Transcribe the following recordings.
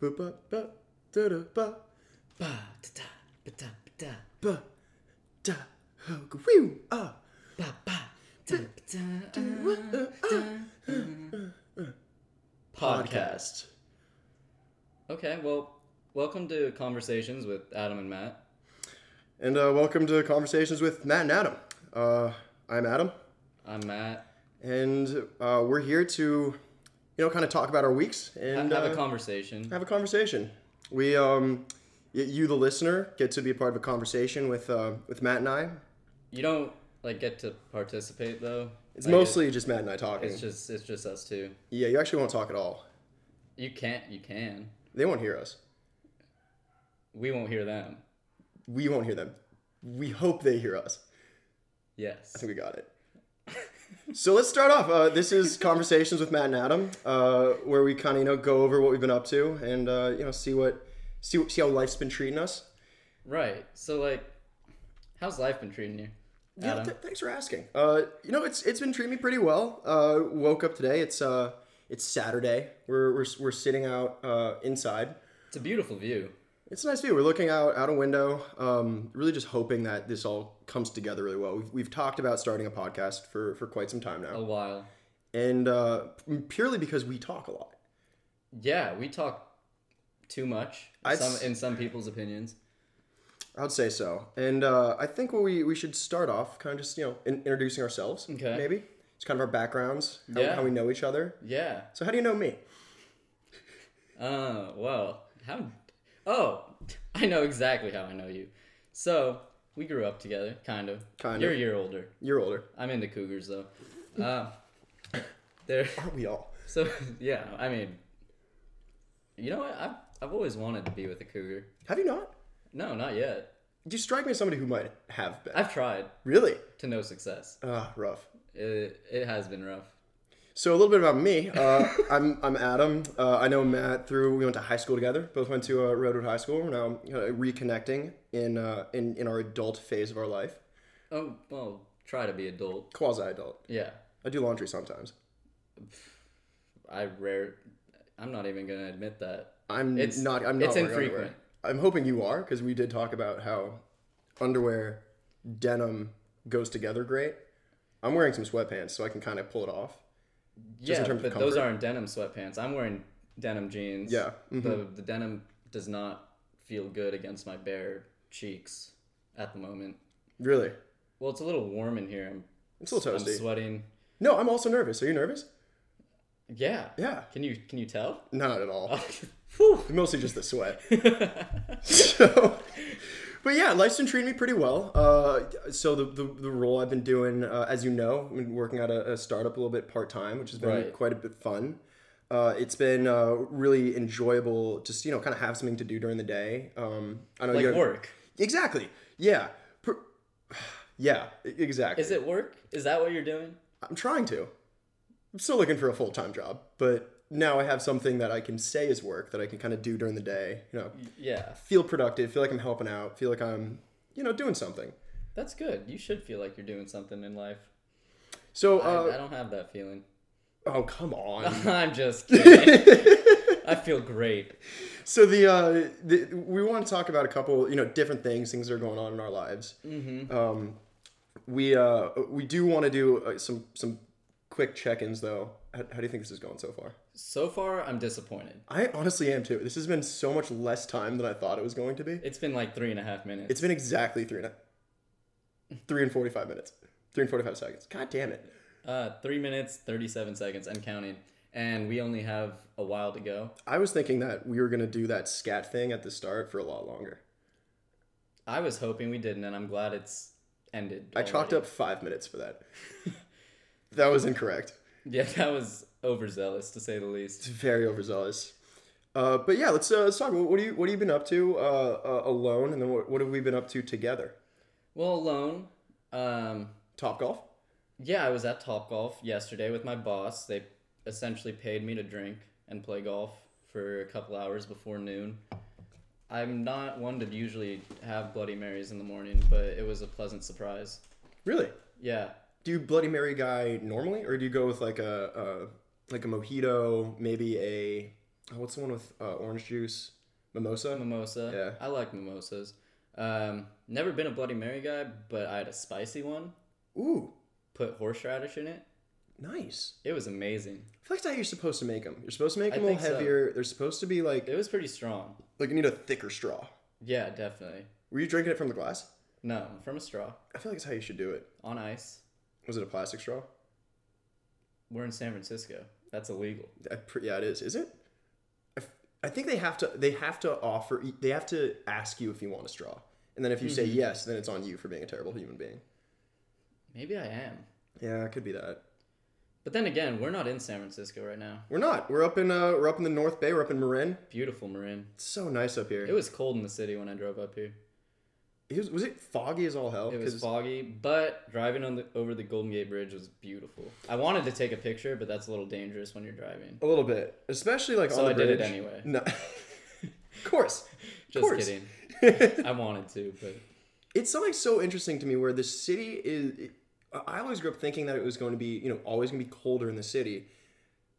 Boop, ba, ba, da, da, ba, Ba da da ba da ba da ba, da, hug, whew, ah. uh, ba ba da ba da ah. da. Podcast. Okay, well, welcome to Conversations with Adam and Matt. And uh, welcome to Conversations with Matt and Adam. Uh, I'm Adam, I'm Matt. and uh, we're here to, you know, kind of talk about our weeks Ha- and have uh, a conversation. have a conversation. We, um, y- you, the listener, get to be a part of a conversation with uh, with Matt and I. You don't like get to participate though. It's Like, mostly just Matt and I talking. it's just it's just us two. yeah, you actually won't talk at all. You can't. You can. They won't hear us. We won't hear them. We won't hear them. We hope they hear us. I Yes. think we got it. so let's start off. Uh, this is conversations with Matt and Adam, uh, where we kind of you know go over what we've been up to and uh, you know see what see what- see how life's been treating us. Right. So like, how's life been treating you, Yeah, Adam? th- thanks for asking. Uh, you know, it's it's been treating me pretty well. Uh, woke up today. It's uh, it's Saturday. We're we're, we're sitting out uh, inside. it's a beautiful view. It's a nice view. We're looking out out a window. Um, really, just hoping that this all comes together really well. We've, we've talked about starting a podcast for for quite some time A now, while. and uh, purely because we talk a lot. Yeah, we talk too much. I'd Some s- in some people's opinions. I'd say so. And uh, I think what we, we should start off kind of just, you know, in, introducing ourselves. Okay. Maybe. It's kind of our backgrounds, how, Yeah. how we know each other. Yeah. So, how do you know me? Oh, well. How Oh, I know exactly how I know you. So, we grew up together, kind of. Kind You're of. a year older. You're older. I'm into cougars though. Uh, there Aren't we all? so yeah, I mean You know what? I've I've always wanted to be with a cougar. Have you not? No, not yet. You strike me as somebody who might have been. I've tried really? to no success. Ah, rough. It, it has been rough. So, a little bit about me. Uh, I'm, I'm Adam. Uh, I know Matt through, we went to high school together. Both went to uh, Redwood High School. We're now uh, reconnecting in, uh, in, in our adult phase of our life. Oh, well, try to be adult. Quasi adult. Yeah. I do laundry sometimes. I rare I'm not even going to admit that. I'm It's- not. I'm not. it's wearing infrequent. underwear. I'm hoping you are because we did talk about how underwear, denim goes together great. I'm wearing some sweatpants, so I can kind of pull it off. Yeah, in terms but of those comfort? aren't denim sweatpants. I'm wearing denim jeans. Yeah, mm-hmm. The, the denim does not feel good against my bare cheeks at the moment. Really, Well, it's a little warm in here. I'm, it's a little I'm toasty. sweating. no, I'm also nervous. Are you nervous? Yeah. Yeah, Can you can you tell? not at all. Whew. Mostly just the sweat. so, but yeah, life's been treating me pretty well. Uh, so the, the the role I've been doing, uh, as you know, I've been working at a, a startup a little bit part time, which has been Right. quite a bit fun. Uh, it's been uh, really enjoyable, just you know, kind of have something to do during the day. Um, I know Like you gotta- work. exactly. Yeah, Per- yeah, e- exactly. Is it work? Is that what you're doing? I'm trying to. I'm still looking for a full time job, but now I have something that I can say is work that I can kind of do during the day. You know, Yeah. feel productive, feel like I'm helping out, feel like I'm, you know, doing something. That's good. You should feel like you're doing something in life. So, I, uh, I don't have that feeling. oh come on. I'm just kidding. I feel great. so the, uh, the we want to talk about a couple, you know, different things, things that are going on in our lives. Um, we uh, we do want to do uh, some some quick check-ins though. How, how do you think this is going so far? So far, I'm disappointed. I honestly am too. This has been so much less time than I thought it was going to be. It's been like three and a half minutes. It's been exactly three and a- three and forty five minutes, three and forty five seconds. God damn it! Uh, three minutes, 37 seconds, and counting. And we only have a while to go. I was thinking that we were gonna do that scat thing at the start for a lot longer. I was hoping we didn't, and I'm glad it's ended. I chalked up five minutes for that. that was incorrect. Yeah, that was overzealous to say the least. It's very overzealous. Uh, but yeah, let's uh, let's talk. What do you what have you been up to uh, uh, alone, and then what, what have we been up to together? Well, alone. Um, Top golf. yeah, I was at Top Golf yesterday with my boss. They essentially paid me to drink and play golf for a couple hours before noon. I'm not one to usually have Bloody Marys in the morning, but it was a pleasant surprise. Really? Yeah, Do you Bloody Mary guy normally, or do you go with like a, a like a mojito, maybe a oh, what's the one with uh, orange juice, Mm. mimosa? Mimosa. Yeah. I like mimosas. Um, never been a Bloody Mary guy, but I had a spicy one. Ooh, Put horseradish in it. nice. It was amazing. I feel like that's how you're supposed to make them. You're supposed to make I them a little think so. heavier. They're supposed to be like It was pretty strong. like you need a thicker straw. Yeah, definitely. Were you drinking it from the glass? No, from a straw I feel like that's how you should do it. on ice. Was it a plastic straw? We're in San Francisco. That's illegal. I pre- yeah, it is. Is it? I, f- I think they have to. They have to offer. They have to ask you if you want a straw, and then if you say Mm-hmm. yes, then it's on you for being a terrible human being. Maybe I am. Yeah, it could be that. But then again, we're not in San Francisco right now. We're not. We're up in. Uh, we're up in the North Bay. We're up in Marin. Beautiful Marin. It's so nice up here. It was cold in the city when I drove up here. It was, was it foggy as all hell? It was 'Cause- foggy, but driving on the over the Golden Gate Bridge was beautiful. I wanted to take a picture, but that's a little dangerous when you're driving. A little bit, especially like So on the I did it bridge. anyway. No, of course. Just course. kidding. I wanted to, but it's something so interesting to me where the city is. It, I always grew up thinking that it was going to be, you know, always going to be colder in the city,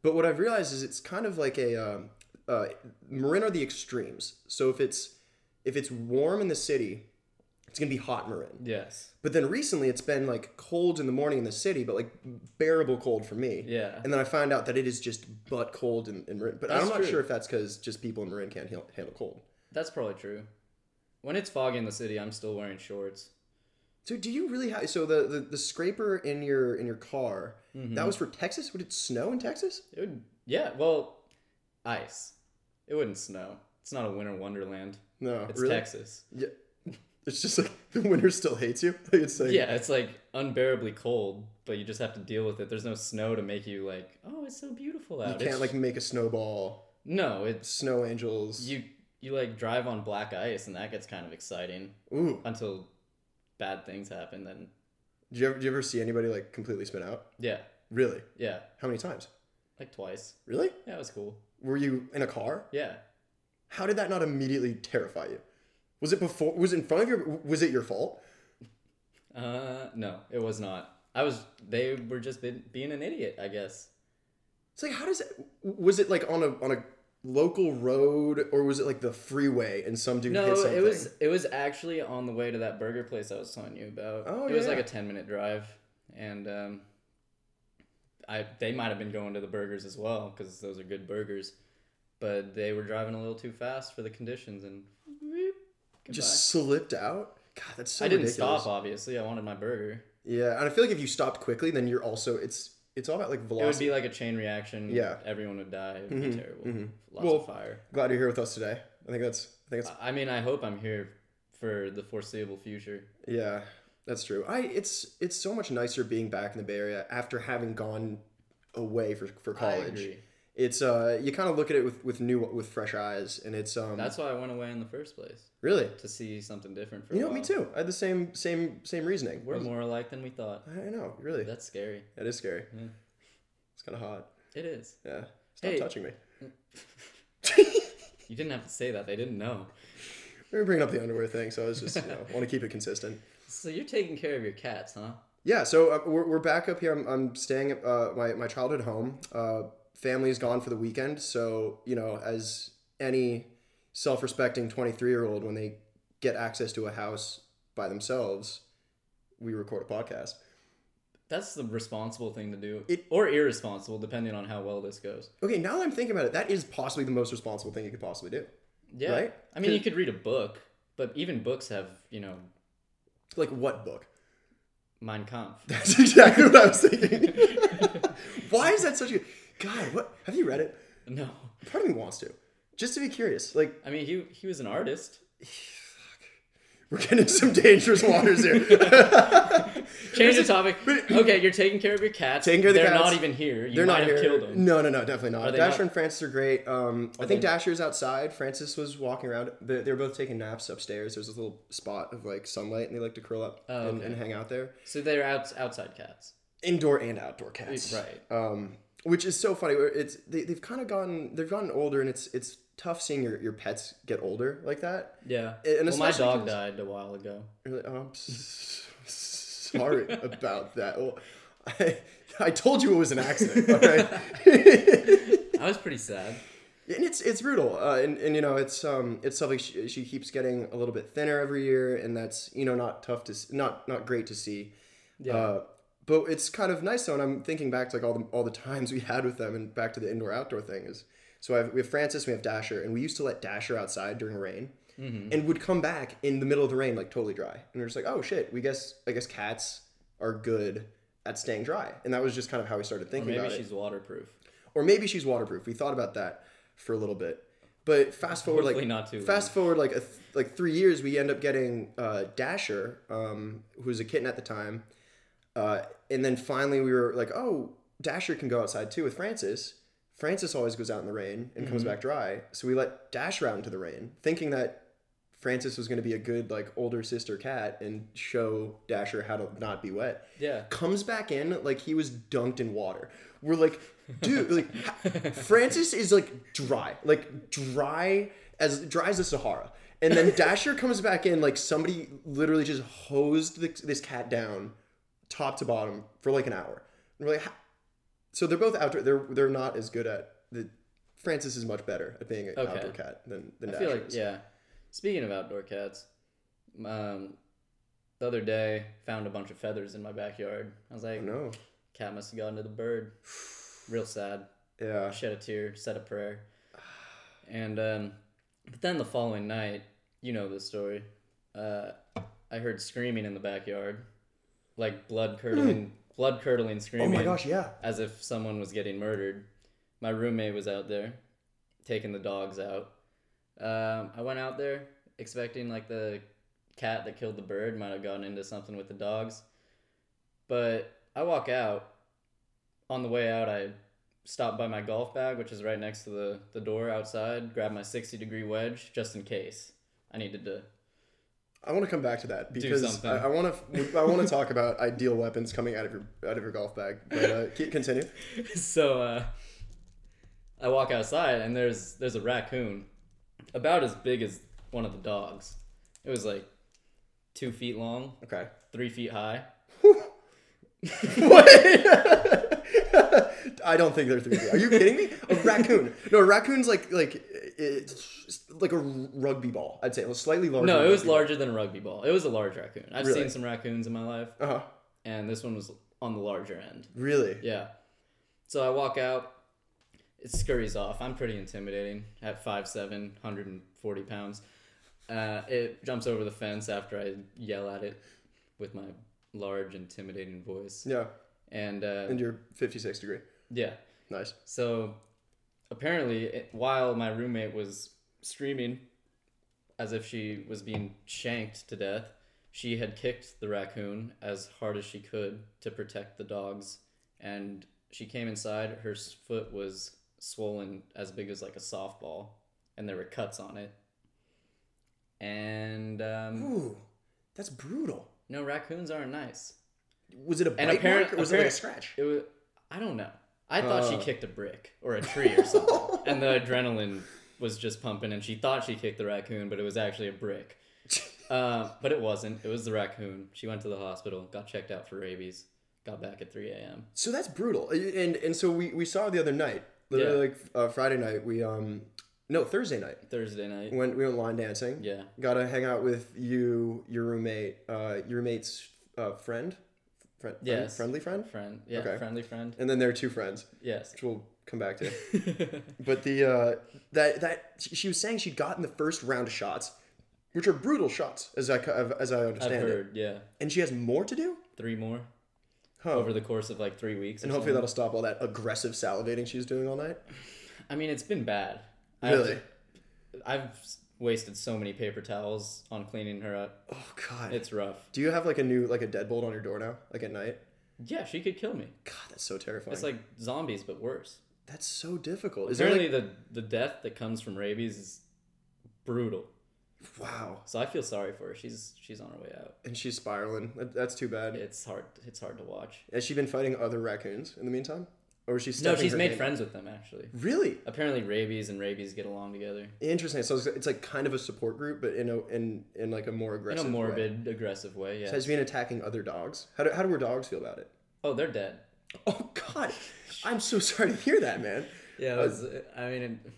but what I've realized is it's kind of like a um, uh, Marin are the extremes. So if it's if it's warm in the city, it's going to be hot in Marin. yes. But then recently, it's been like cold in the morning in the city, but like bearable cold for me. Yeah. And then I find out that it is just butt cold in, in Marin. But That's I'm not true. sure if that's because just people in Marin can't heal- handle cold. That's probably true. When it's foggy in the city, I'm still wearing shorts. So do you really have so the, the, the scraper in your in your car Mm-hmm. that was for Texas? Would it snow in Texas? It would yeah, well, ice. It wouldn't snow. It's not a winter wonderland. No, It's Oh, really. Texas. Yeah. It's just like the winter still hates you. Like it's like Yeah, it's like unbearably cold, but you just have to deal with it. There's no snow to make you like, oh, it's so beautiful out. you It's- can't like make a snowball. no, it's Snow angels. you you like drive on black ice, and that gets kind of exciting Ooh, until bad things happen. Then do you ever do you ever see anybody like completely spin out? yeah, Really? yeah, How many times? like twice. Really? That was cool. Were you in a car? Yeah, How did that not immediately terrify you? Was it before? Was it in front of your? Was it your fault? uh, no, it was not. I was they were just been, being an idiot, I guess. It's like how does it? Was it like on a on a local road or was it like the freeway and some dude No, hit something? it was it was actually on the way to that burger place I was telling you about. Oh, it was yeah. like a ten minute drive, and um, I they might have been going to the burgers as well because those are good burgers, but they were driving a little too fast for the conditions and. whoop, goodbye. just slipped out. God, that's so I didn't ridiculous. stop. Obviously, I wanted my burger. Yeah, and I feel like if you stopped quickly, then you're also it's it's all about like It would velocity. be like a chain reaction. Yeah. Mm-hmm. everyone would die. It would be terrible. Lots Well- of fire. Glad you're here with us today. I think that's I think that's I- I mean, I hope I'm here for the foreseeable future. yeah, that's true. I it's it's so much nicer being back in the Bay Area after having gone away for for college. agree. It's uh you kind of look at it with with new with fresh eyes, and it's um That's why I went away in the first place really to see something different. For you a know while. me too. I had the same same same reasoning. We're more alike than we thought. I know, really. That's scary. That is scary. Yeah. It's kind of hot. It is. Yeah. Stop Hey. Mm. touching me. You didn't have to say that. They didn't know. We were bringing up the underwear thing, so I was just, you know, want to keep it consistent. So you're taking care of your cats, huh? Yeah, so uh, we're, we're back up here. I'm, I'm staying at uh, my, my childhood home. Uh, family's gone for the weekend, so, you know, as any self respecting 23 year old, when they get access to a house by themselves, we record a podcast. That's the responsible thing to do, It- or irresponsible, depending on how well this goes. Okay, now that I'm thinking about it, that is possibly the most responsible thing you could possibly do. Yeah. Right? I mean, you could read a book, but even books have, you know, Like, what book? Mein Kampf. That's exactly what I was thinking. Why is that such a God? What have you read it? no. Part of me wants to, just to be curious. Like I mean, he he was an artist. we're getting into some dangerous waters here. Change the topic. Okay, you're taking care of your cats. Taking care of the They're cats. not even here. You They're might not have here. killed them. No, no, no, definitely not. they Dasher not- and Francis are great. Um, I think they- Dasher's outside. Francis was walking around. They, they were both taking naps upstairs. There's this little spot of like sunlight, and they like to curl up Oh, and, okay. and hang out there. So they're out, outside cats. Indoor and outdoor cats. Right. um, which is so funny. where It's they, they've kind of gotten they've gotten older, and it's it's tough seeing your, your pets get older like that. Yeah. And well, my especially dog 'cause- died a while ago. You're like, oh, I'm s- sorry about that. Well, I I told you it was an accident. All right. I was pretty sad. and it's it's brutal uh, and, and you know it's um it's something she, she keeps getting a little bit thinner every year and that's you know not tough to s- not not great to see Yeah. uh, but it's kind of nice though and i'm thinking back to like all the all the times we had with them and back to the indoor outdoor thing is so I have, we have francis we have dasher and we used to let dasher outside during rain Mm-hmm. and would come back in the middle of the rain like totally dry and we we're just like oh shit we guess i guess cats are good at staying dry and that was just kind of how we started thinking Maybe about it she's waterproof. or maybe she's waterproof. We thought about that for a little bit, but fast forward Hopefully like not too fast forward like a th- like three years, we end up getting uh, Dasher, um, who was a kitten at the time, uh, and then finally we were like, oh, Dasher can go outside too with Francis. Francis always goes out in the rain and Mm-hmm. comes back dry, so we let Dasher out into the rain, thinking that. Francis was going to be a good like older sister cat and show Dasher how to not be wet Yeah. comes back in like he was dunked in water. We're like, dude, like ha- Francis is like dry, like dry as dry as the Sahara. And then Dasher comes back in like somebody literally just hosed the, this cat down, top to bottom for like an hour. And we're like, "Ha-" so they're both outdoor. They're they're not as good at the. Francis is much better at being an Okay. outdoor cat than than I Dasher feel like is. yeah. Speaking of outdoor cats, um, the other day found a bunch of feathers in my backyard. I was like, Oh, No. cat must have gotten to the bird. Real sad. Yeah. shed a tear, said a prayer. And um, but then the following night, you know the story. Uh, I heard screaming in the backyard, like blood curdling, blood curdling Oh screaming, my gosh. Yeah. as if someone was getting murdered. My roommate was out there, taking the dogs out. Um, I went out there expecting like the cat that killed the bird might have gotten into something with the dogs, but I walk out. On the way out, I stop by my golf bag, which is right next to the, the door outside, grab my 60 degree wedge just in case I needed to. I want to come back to that because something. I, I want to. I want to talk about ideal weapons coming out of your out of your golf bag. But uh, keep- continue. so uh, I walk outside and there's there's a raccoon about as big as one of the dogs. It was like two feet long, Okay. three feet high. What? I don't think they're three feet. Are you kidding me? A raccoon? No, a raccoon's like like it's like a rugby ball. I'd say slightly larger. No, it was larger than a rugby ball. It was a large raccoon. I've Really? seen some raccoons in my life, Uh huh. and this one was on the larger end. Really? Yeah. So I walk out. It scurries off. I'm pretty intimidating at 5'7", 140 pounds. Uh, it jumps over the fence after I yell at it with my large, intimidating voice. Yeah. And, uh, And you're 56 degree. yeah. Nice. So apparently, it, while my roommate was screaming as if she was being shanked to death, she had kicked the raccoon as hard as she could to protect the dogs. And she came inside, her s- foot was swollen as big as like a softball, and there were cuts on it. And um, Ooh, that's brutal. no, raccoons aren't nice. Was it a bite apparent- mark or was it like a apparent- scratch? It was, I don't know. I thought she Uh. kicked a brick or a tree or something, and the adrenaline was just pumping, and she thought she kicked the raccoon, but it was actually a brick. Uh, but it wasn't. It was the raccoon. She went to the hospital, got checked out for rabies, got back at 3 a.m. So that's brutal. And and so we we saw the other night, literally like uh, Friday night. We um no Thursday night Thursday night. went we went line dancing. Yeah. Got to hang out with you, your roommate, uh, your roommate's uh, friend, friend, Yes. friendly friend, Friend. Yeah. Okay. Friendly friend. and then their two friends, Yes. which we'll come back to. but the uh, that that she she was saying she'd gotten the first round of shots, which are brutal shots, as I ca- as I I've understand it, heard. Yeah. and she has more to do. Three more Huh. over the course of like three weeks. or and hopefully something. that'll stop all that aggressive salivating she's doing all night. I mean, it's been bad. I have Really? to- I've s- wasted so many paper towels on cleaning her up. Oh god. It's rough. Do you have like a new like a deadbolt on your door now, like at night? Yeah, she could kill me. God, that's so terrifying. It's like zombies, but worse. that's so difficult. Is there Apparently, like the, the death that comes from rabies is brutal. wow? So I feel sorry for her. She's she's on her way out. And she's spiraling. That, that's too bad. It's hard. It's hard to watch. Has she been fighting other raccoons in the meantime, or is she? No, stepping she's her made hand- friends with them actually. Really Apparently, rabies and rabies get along together interesting. So it's, it's like kind of a support group, but in a in in like a more in a aggressive. Way. morbid, aggressive way. Yeah. So has she been attacking other dogs? How do how do her dogs feel about it? Oh, they're dead. Oh God, I'm so sorry to hear that, man. Yeah, it was. I mean, it-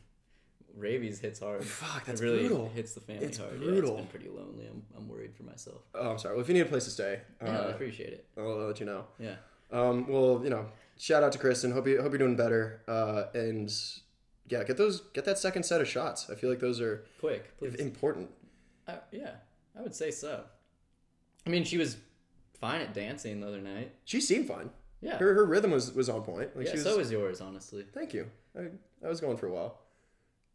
rabies hits hard. Fuck, that's it really brutal. hits the family It's hard. brutal. Yeah, it's been pretty lonely. I'm, I'm worried for myself. Oh, I'm sorry. Well, if you need a place to stay, uh, yeah, I appreciate it. I'll let you know. Yeah. Um, well, you know, shout out to Kristen. Hope you hope you're doing better. Uh, and yeah, get those get that second set of shots. I feel like those are Quick, please. important. I, Uh, yeah, I would say so. I mean, she was fine at dancing the other night. She seemed fine. Yeah. Her her rhythm was was on point. Like yeah, she was, so is yours, honestly. Thank you. I, I was going for a while.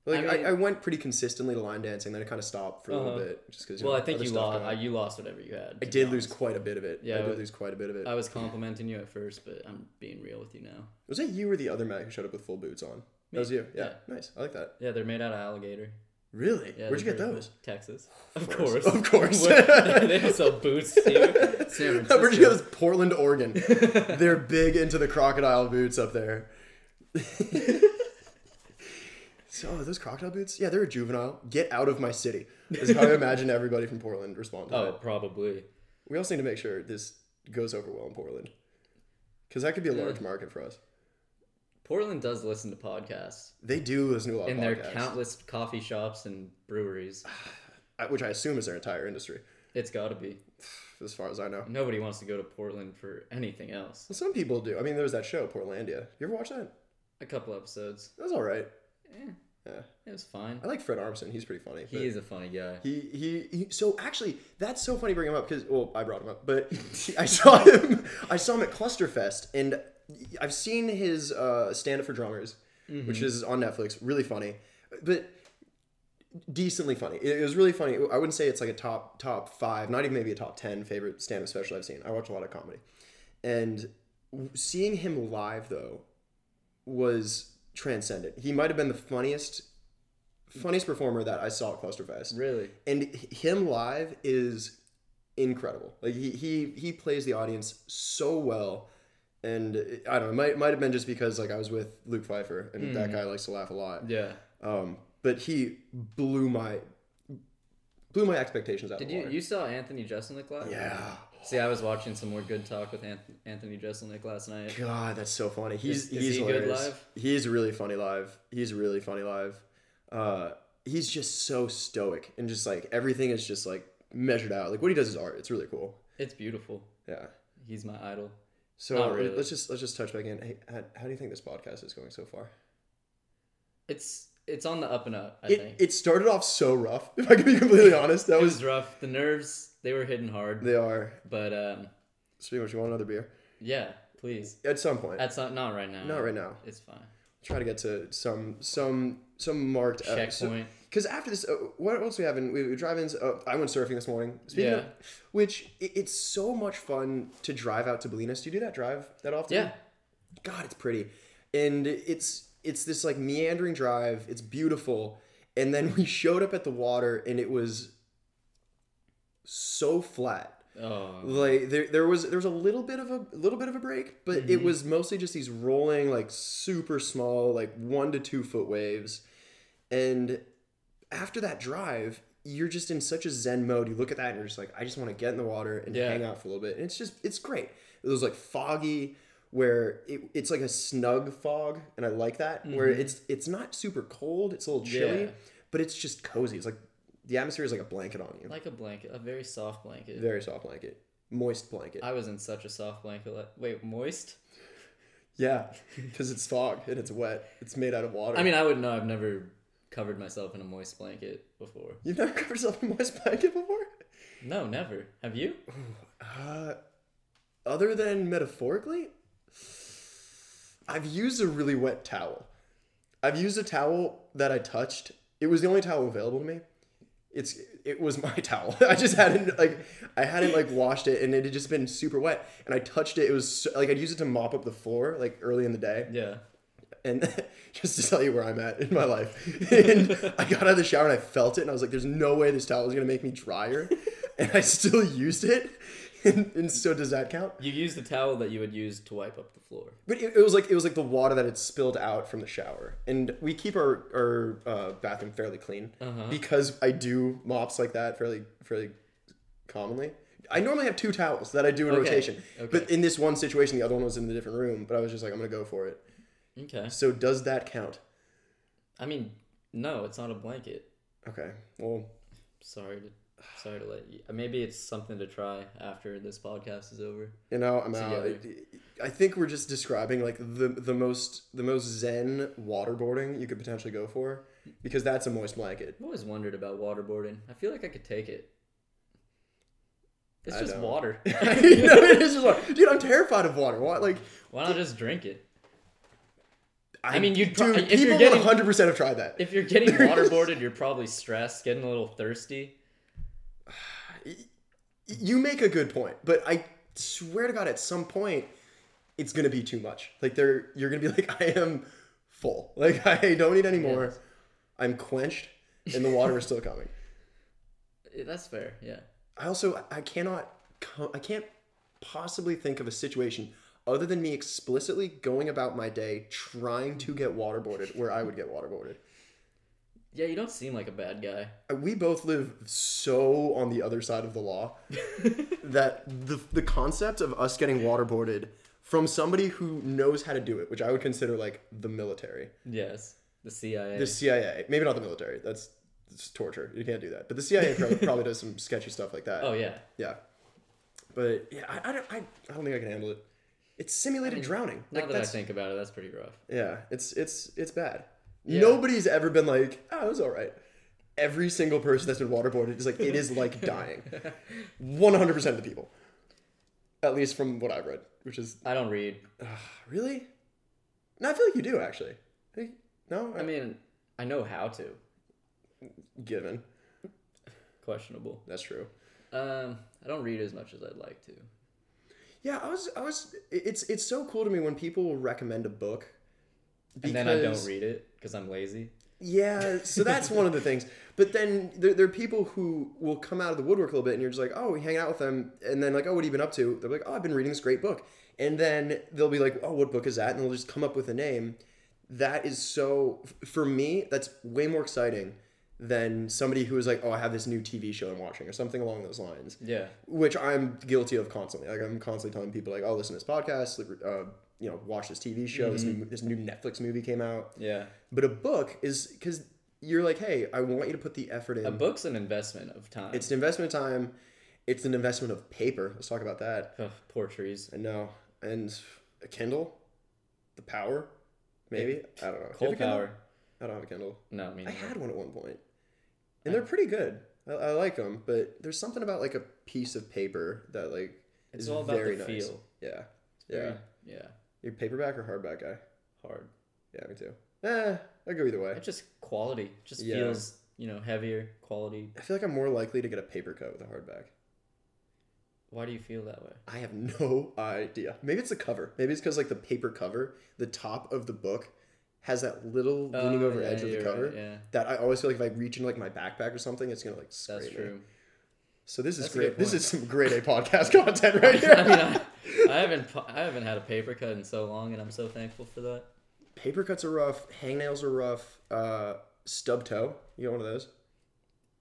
Like I, mean- I, went pretty consistently to line dancing, then I kind of stopped for a little Uh-huh. bit just because. Well, I think you lost. I, you lost whatever you had. I did lose quite a bit of it. Yeah, I did but- lose quite a bit of it. I was complimenting you at first, but I'm being real with you now. was it you or the other Matt who showed up with full boots on? That was you. Yeah, nice. I like that. Yeah, they're made out of alligator. Really? Yeah, Where'd you they're get pretty those? cool. Texas, of course. Of course. they don't sell boots here. San Where'd you get Francisco. those? Portland, Oregon. They're big into the crocodile boots up there. so oh, those crocodile boots? Yeah, they're a juvenile. Get out of my city. Is how I imagine everybody from Portland responded. Oh, probably. We also need to make sure this goes over well in Portland. Because that could Hmm. be a large market for us. Portland does listen to podcasts, They do listen to a lot of and there are podcasts, countless coffee shops and breweries. I- which I assume is their entire industry, It's got to be. as far as I know. Nobody wants to go to Portland for anything else. Well, some people do. I mean, there was that show, Portlandia. You ever watch that? A couple episodes. That was all right. Eh, Yeah. it was fine. I like Fred Armisen. He's pretty funny. but- He is a funny guy. He, he he so actually that's so funny to bring him up because well I brought him up but he- I saw him I saw him at Clusterfest and I've seen his uh, stand up for drummers which is on Netflix really funny but decently funny it, it was really funny I wouldn't say it's like a top top five not even maybe a top ten favorite stand up special I've seen I watch a lot of comedy and w- seeing him live though was transcendent he might have been the funniest funniest performer that I saw at Clusterfest Really? and h- him live is incredible. Like he he he plays the audience so well, and it- I don't know. It might might have been just because like I was with Luke Pfeiffer, and Hmm. that guy likes to laugh a lot. Yeah. Um, but he blew my blew my expectations out. Did of the you water. you saw Anthony Jeselnik live? Yeah. See, I was watching some more good talk with Anth- Anthony Jeselnik last night. God, that's so funny. He's Is- is he's he good hilarious. live? He's really funny live. He's really funny live. Uh, he's just so stoic and just like everything is just like measured out. Like what he does is art. It's really cool. It's beautiful. Yeah. He's my idol. So Not really. let's just let's just touch back in. Hey, how, how do you think this podcast is going so far? It's it's on the up and up. I It, think it started off so rough. If I can be completely honest, that it was was rough. The nerves they were hitting hard, they are. but um, Speaking of which, you want another beer yeah. Please, at some point. that's not not right now. Not right now. It's fine. Try to get to some some some marked Checkpoint. Because after this, uh, what else we have? In, we, we drive ins. Uh, I went surfing this morning. Speaking of, Yeah. which it, it's so much fun to drive out to Bolinas. Do you do that drive that often? Yeah. God, it's pretty, and it's it's this like meandering drive. It's beautiful, and then we showed up at the water, and it was so flat. Oh, Like there, there was there was a little bit of a little bit of a break, but Mm-hmm. it was mostly just these rolling like super small like one to two foot waves, and after that drive, you're just in such a zen mode. You look at that and you're just like, I just want to get in the water and Yeah. hang out for a little bit. And it's just it's great. It was like foggy where it, it's like a snug fog, and I like that where it's it's not super cold. It's a little chilly, Mm-hmm. Yeah. but it's just cozy. It's like the atmosphere is like a blanket on you. like a blanket, a very soft blanket. Very soft blanket. Moist blanket. I was in such a soft blanket. Like, wait, moist? Yeah, because it's fog and it's wet. It's made out of water. I mean, I wouldn't know. I've never covered myself in a moist blanket before. you've never covered yourself in moist blanket before. No, never. Have you? Uh, other than metaphorically, I've used a really wet towel. I've used a towel that I touched. It was the only towel available to me. It's it was my towel. I just hadn't like I hadn't like washed it and it had just been super wet. And I touched it. It was so, like I'd use it to mop up the floor like early in the day. Yeah. and just to tell you where I'm at in my life. And I got out of the shower and I felt it, and I was like, "There's no way this towel is gonna make me drier," and I still used it. And, and so does that count? You used the towel that you would use to wipe up the floor. But it, it was like it was like the water that had spilled out from the shower, and we keep our our uh, bathroom fairly clean Uh-huh. because I do mops like that fairly fairly commonly. I normally have two towels that I do in rotation, but okay. in this one situation, the other one was in a different room. But I was just like, I'm gonna go for it. Okay. So does that count? I mean, No, it's not a blanket. Okay. Well, Sorry to, sorry to let you. Maybe it's something to try after this podcast is over. you know, I'm out. Together. I think we're just describing like the the most the most zen waterboarding you could potentially go for because that's a moist blanket. I've always wondered about waterboarding. I feel like I could take it. It's I just don't. water. You know, it is just water. Dude, I'm terrified of water. Why, like, Why not just drink it? I, mean, you'd pro- dude, if people you're getting- 100 percent have tried that. If you're getting waterboarded, you're probably stressed, getting a little thirsty. you make a good point, but I swear to God, at some point, it's gonna be too much. Like they're you're gonna be like, I am full. Like I don't need any more. Yes. I'm quenched, and the water is still coming. Eh, That's fair. Yeah. I also I cannot co- I can't possibly think of a situation other than me explicitly going about my day trying to get waterboarded where I would get waterboarded. Uh, Yeah, you don't seem like a bad guy. We both live so on the other side of the law that the, the concept of us getting waterboarded from somebody who knows how to do it, which I would consider like the military, Yes. The CIA. the CIA, maybe not the military, that's it's torture. You can't do that. But the CIA probably, probably does some sketchy stuff like that. oh yeah. Yeah. But yeah, I, I, don't, I, I don't think I can handle it. It's simulated drowning. Now Like, that I that's- think about it, that's pretty rough. yeah, it's it's it's bad. Yeah. Nobody's ever been like, oh, it was all right. Every single person that's been waterboarded is like, it is like dying. One hundred percent of the people, at least from what I've read, which is "Ah, I don't read. really. No, I feel like you do actually. I think- No, I mean, I know how to. given Questionable. that's true. Um, I don't read as much as I'd like to. Yeah, I was, I was. It's it's so cool to me when people recommend a book. And then I don't because- read it because I'm lazy. Yeah, so that's one of the things. But then there, there are people who will come out of the woodwork a little bit, and you're just like, oh, we hang out with them, and then like, oh, what have you been up to? They're like, oh, I've been reading this great book, and then they'll be like, oh, what book is that? And they'll just come up with a name. That is so f- for me. That's way more exciting than somebody who is like, oh, I have this new TV show I'm watching or something along those lines Yeah. which I'm guilty of constantly. Like I'm constantly telling people like, "Oh, listen to this podcast. like, Uh, you know, watch this TV show. This, new, this new Netflix movie came out." Yeah. But a book is because you're like, "Hey, I want you to put the effort in. A book's an investment of time. It's an investment of time. It's an investment of paper. Let's talk about that. Ugh, poor trees. I know. And a Kindle, the power, maybe. I don't know. Do you Coal have a Kindle? power. I don't have a Kindle. No, me I neither. had one at one point, and they're pretty good. I, I like them, but there's something about like a piece of paper that like It's is all about the very nice. feel. Yeah, yeah. Very- Yeah. You're paperback or hardback guy? Hard. Yeah, me too. Eh, I go either way. It just quality. Just Yeah. feels you know heavier quality. I feel like I'm more likely to get a paper cut with a hardback. Why do you feel that way? I have no idea. Maybe it's the cover. Maybe it's because like the paper cover, the top of the book has that little leaning Oh, over yeah, edge of the you're cover. right, yeah. That I always feel like if I reach into like my backpack or something, it's gonna like That's scrape me. true. So this is That's a great. good This point. is some great A podcast content right here. I mean, I, I haven't pu- I haven't had a paper cut in so long, and I'm so thankful for that. Paper cuts are rough. Hangnails are rough. Uh, stub toe. You got one of those?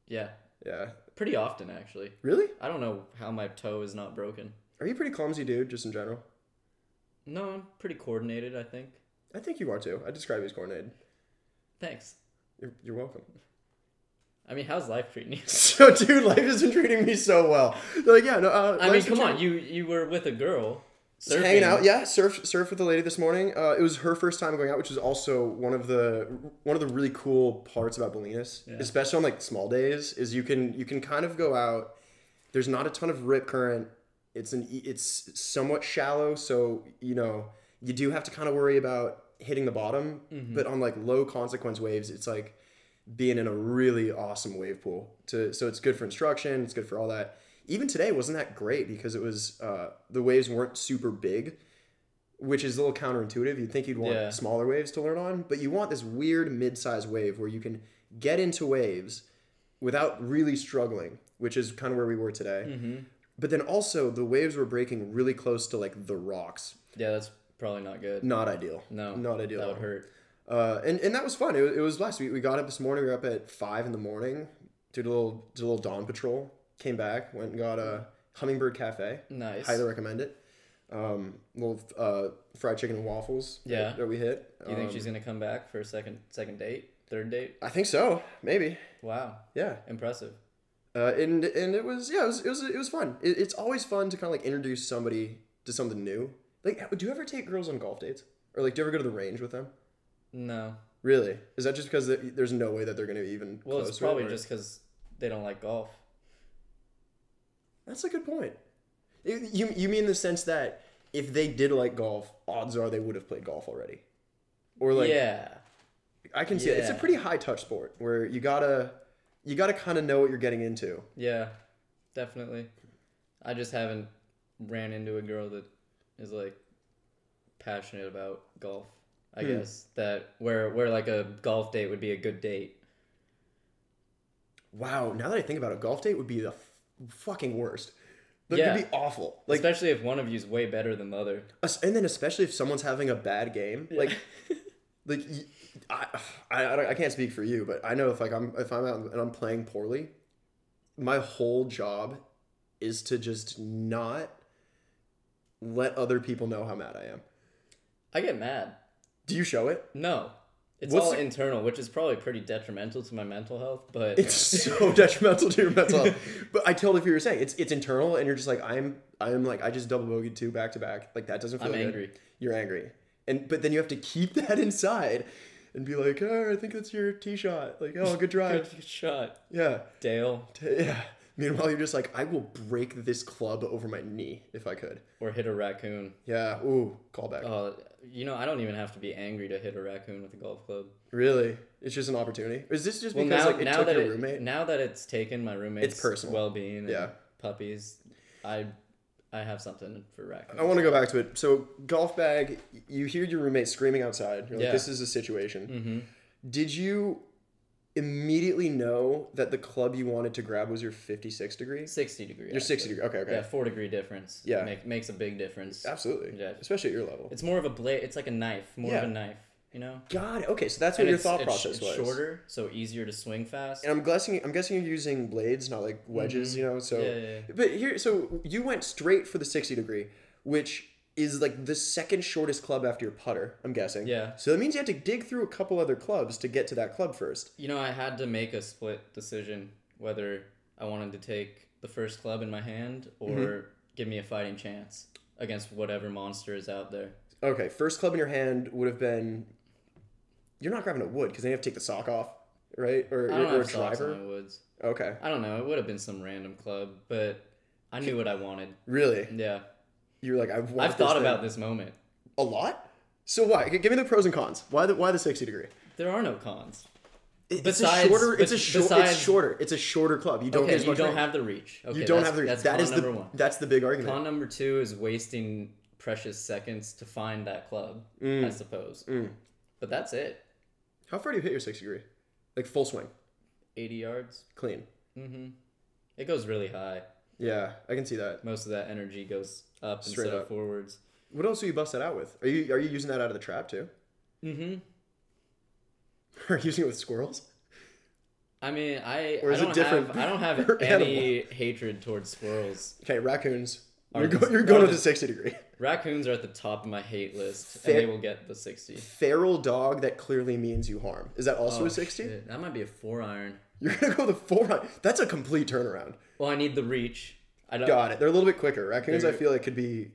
Yeah, Yeah. pretty often actually. Really? I don't know how my toe is not broken. Are you a pretty clumsy, dude? Just in general. No, I'm pretty coordinated. I think. I think you are too. I describe you as coordinated. Thanks. You're, you're welcome. I mean, how's life treating you? So, dude, life has been treating me so well. They're like, yeah, no. Uh, I mean, life's been come on. You you were with a girl. treating- Surfing. Hanging out, yeah. Surf, surf with a lady this morning. Uh, it was her first time going out, which is also one of the one of the really cool parts about Bolinas, especially on like small days, is you can you can kind of go out. There's not a ton of rip current. It's an e- it's somewhat shallow, so you know you do have to kind of worry about hitting the bottom. But on like low consequence waves, it's like being in a really awesome wave pool. To so it's good for instruction. It's good for all that. Even today wasn't that great because it was uh, the waves weren't super big, which is a little counterintuitive. You'd think you'd want Yeah. smaller waves to learn on, but you want this weird mid-sized wave where you can get into waves without really struggling, which is kind of where we were today. But then also the waves were breaking really close to like the rocks. Yeah, that's probably not good. Not ideal. No, not ideal. That would hurt. Uh, and, and that was fun. It, wa- it was blessed. We, we got up this morning. We were up at five in the morning. Did a little did a little dawn patrol. Came back. Went and got a hummingbird cafe. Nice. Highly recommend it. Um, little uh, fried chicken and waffles. that- Yeah. That we hit. you think Um, she's gonna come back for a second second date? Third date? I think so. Maybe. Wow. Yeah. Impressive. Uh, and and it was yeah it was it was, it was fun. It, it's always fun to kind of like introduce somebody to something new. Like, do you ever take girls on golf dates, or like do you ever go to the range with them? No. Really? Is that just because th- there's no way that they're gonna be even? Well, close it's probably to it, or- just because they don't like golf. That's a good point. You you- you mean in the sense that if they did like golf, odds are they would have played golf already, or like yeah. I can see it. it's a Yeah. pretty high touch sport where you gotta you gotta kind of know what you're getting into. Yeah. Definitely. I just haven't ran into a girl that is like passionate about golf. Hmm. I guess that where where like a golf date would be a good date. Wow, now that I think about it, golf date would be the f- fucking worst. That Yeah. would be awful. Like, Especially if one of you's way better than the other. es- and then especially if someone's having a bad game, like, like y- I, I, I don't- I can't speak for you, but I know if like I'm if I'm out and I'm playing poorly, my whole job is to just not let other people know how mad I am. I get mad. Do you show it? No. It's What's all the- internal, which is probably pretty detrimental to my mental health, but It's so detrimental to your mental health. But I totally feel what you're saying. It's it's internal, and you're just like I'm. I'm like I just double bogeyed two back to back. Like that doesn't feel. I'm good. angry. You're angry, and but then you have to keep that inside, and be like, oh, I think that's your tee shot. Like, oh, good Good drive. shot. yeah, Dale T- yeah. Meanwhile, you're just like, I will break this club over my knee if I could. or hit a raccoon. Yeah. Ooh, callback. Uh, you know, I don't even have to be angry to hit a raccoon with a golf club. Really, it's just an opportunity. Or is this just Well, because now, like it now took that your it, roommate? now that it's taken my roommate's personal. well-being and Yeah. puppies, I I have something for raccoons. I want to go back to it. So, golf bag, you hear your roommate screaming outside. You're like, Yeah. this is a situation. Mhm. Did you immediately know that the club you wanted to grab was your 56 degree? Sixty degree. Your 60 degree. Okay, okay. Yeah, four degree difference. Yeah. make, makes a big difference. Absolutely. Yeah. Especially at your level. It's more of a blade. It's like a knife. More of Yeah. a knife. You know. God, okay, so that's what And your it's- thought it's sh- process was. Shorter, so easier to swing fast. And I'm guessing I'm guessing you're using blades, not like wedges, you know. So Mm-hmm. Yeah, yeah, But here so you went straight for the 60 degree, which is like the second shortest club after your putter, I'm guessing. Yeah. So that means you had to dig through a couple other clubs to get to that club first. You know, I had to make a split decision whether I wanted to take the first club in my hand or Mm-hmm. give me a fighting chance against whatever monster is out there. Okay, first club in your hand would have been. You're not grabbing a wood because then you have to take the sock off, right? Or, I don't or a have socks in driver. the woods. Okay, I don't know. It would have been some random club, but I knew what I wanted. really? Yeah, You're like I've. I've thought about this moment. a lot. So why? G- Give me the pros and cons. Why the why the sixty degree? There are no cons. It- it's Besides- a shorter. It's a bes- short. besides- it's shorter. It's a shorter club. You don't Okay, get as you much. don't range. have the reach. Okay, you don't have that's- the. That's, that con is number the. one. That's the big argument. Con number two is wasting precious seconds to find that club, Mm. I suppose. But that's it. How far do you hit your sixty degree? Like full swing, 80 yards. Mm-hmm. clean. It goes really high. Yeah, I can see that. Most of that energy goes up Straight instead up. of forwards. What else do you bust that out with? Are you are you using that out of the trap too? Mm-hmm. are you using it with squirrels? I mean, I, Or I is it don't different have I don't have per any hatred towards squirrels. Okay, raccoons. Are You're, the- go, you're are going with the- the 60 degree. Raccoons are at the top of my hate list, Fair- and they will get the sixty. Feral dog that clearly means you harm. Is that also Oh, a 60? shit. That might be a four iron. You're going to go the four. on- That's a complete turnaround. Well, I need the reach. I don't. Got it. They're a little bit quicker. Raccoons, I They're- feel like, could be.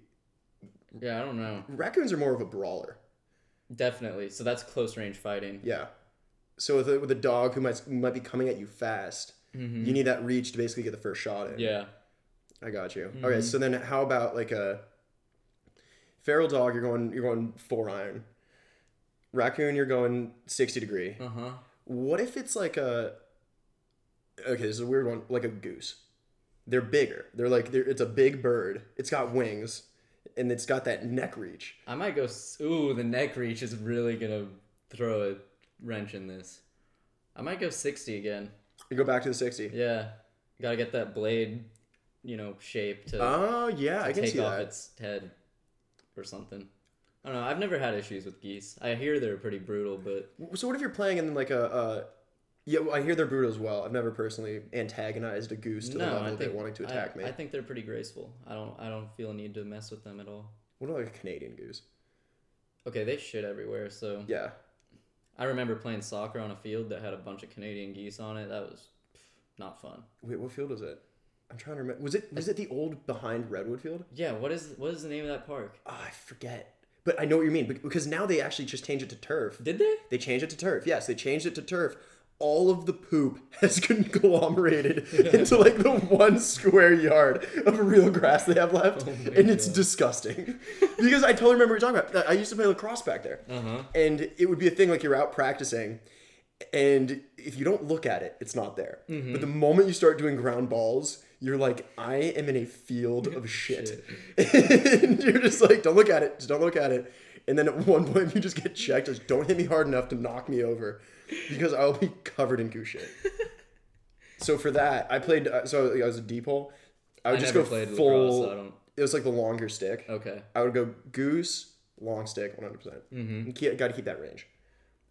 Yeah, I don't know. Raccoons are more of a brawler. Definitely. So that's close range fighting. Yeah. So with a, with a dog who might who might be coming at you fast, you need that reach to basically get the first shot in. Mm-hmm. Yeah. I got you. Mm-hmm. Okay, so then how about like a feral dog? You're going you're going four iron. Raccoon, you're going sixty degree. Uh huh. What if it's like a okay, this is a weird one, like a goose. They're bigger. They're like they're, it's a big bird. It's got wings, and it's got that neck reach. I might go. s- Ooh, the neck reach is really gonna throw a wrench in this. I might go sixty again. You go back to the sixty. Yeah, gotta get that blade, you know, shape to Oh yeah, I can take see off that. its head or something. I don't know. I've never had issues with geese. I hear they're pretty brutal, but So what if you're playing in like a uh, yeah? well, I hear they're brutal as well. I've never personally antagonized a goose to the no, level I of it think wanting to I- attack me. I think they're pretty graceful. I don't. I don't feel a need to mess with them at all. what about like a Canadian goose? Okay, they shit everywhere, so Yeah. I remember playing soccer on a field that had a bunch of Canadian geese on it. That was pff, not fun. Wait, what field was it? I'm trying to remember. Was it was it the old behind Redwood Field? Yeah, what is what is the name of that park? Ah, I forget. But I know what you mean bec- because now they actually just change it to turf. Did they? They changed it to turf. Yes, they changed it to turf. All of the poop has conglomerated into like the one square yard of real grass they have left, and it's disgusting. because I totally remember what you're talking about. I used to play lacrosse back there, and it would be a thing like you're out practicing, and if you don't look at it, it's not there. Mm-hmm. But the moment you start doing ground balls, you're like, I am in a field of shit. and you're just like, don't look at it, just don't look at it. And then at one point, you just get checked, just don't hit me hard enough to knock me over because I'll be covered in goo shit. so for that, I played, uh, so I was a deep hole. I would I just never go played lacrosse, full. so I don't- It was like the longer stick. Okay. I would go goose, long stick, 100%. Mm-hmm. You ke- gotta keep that range.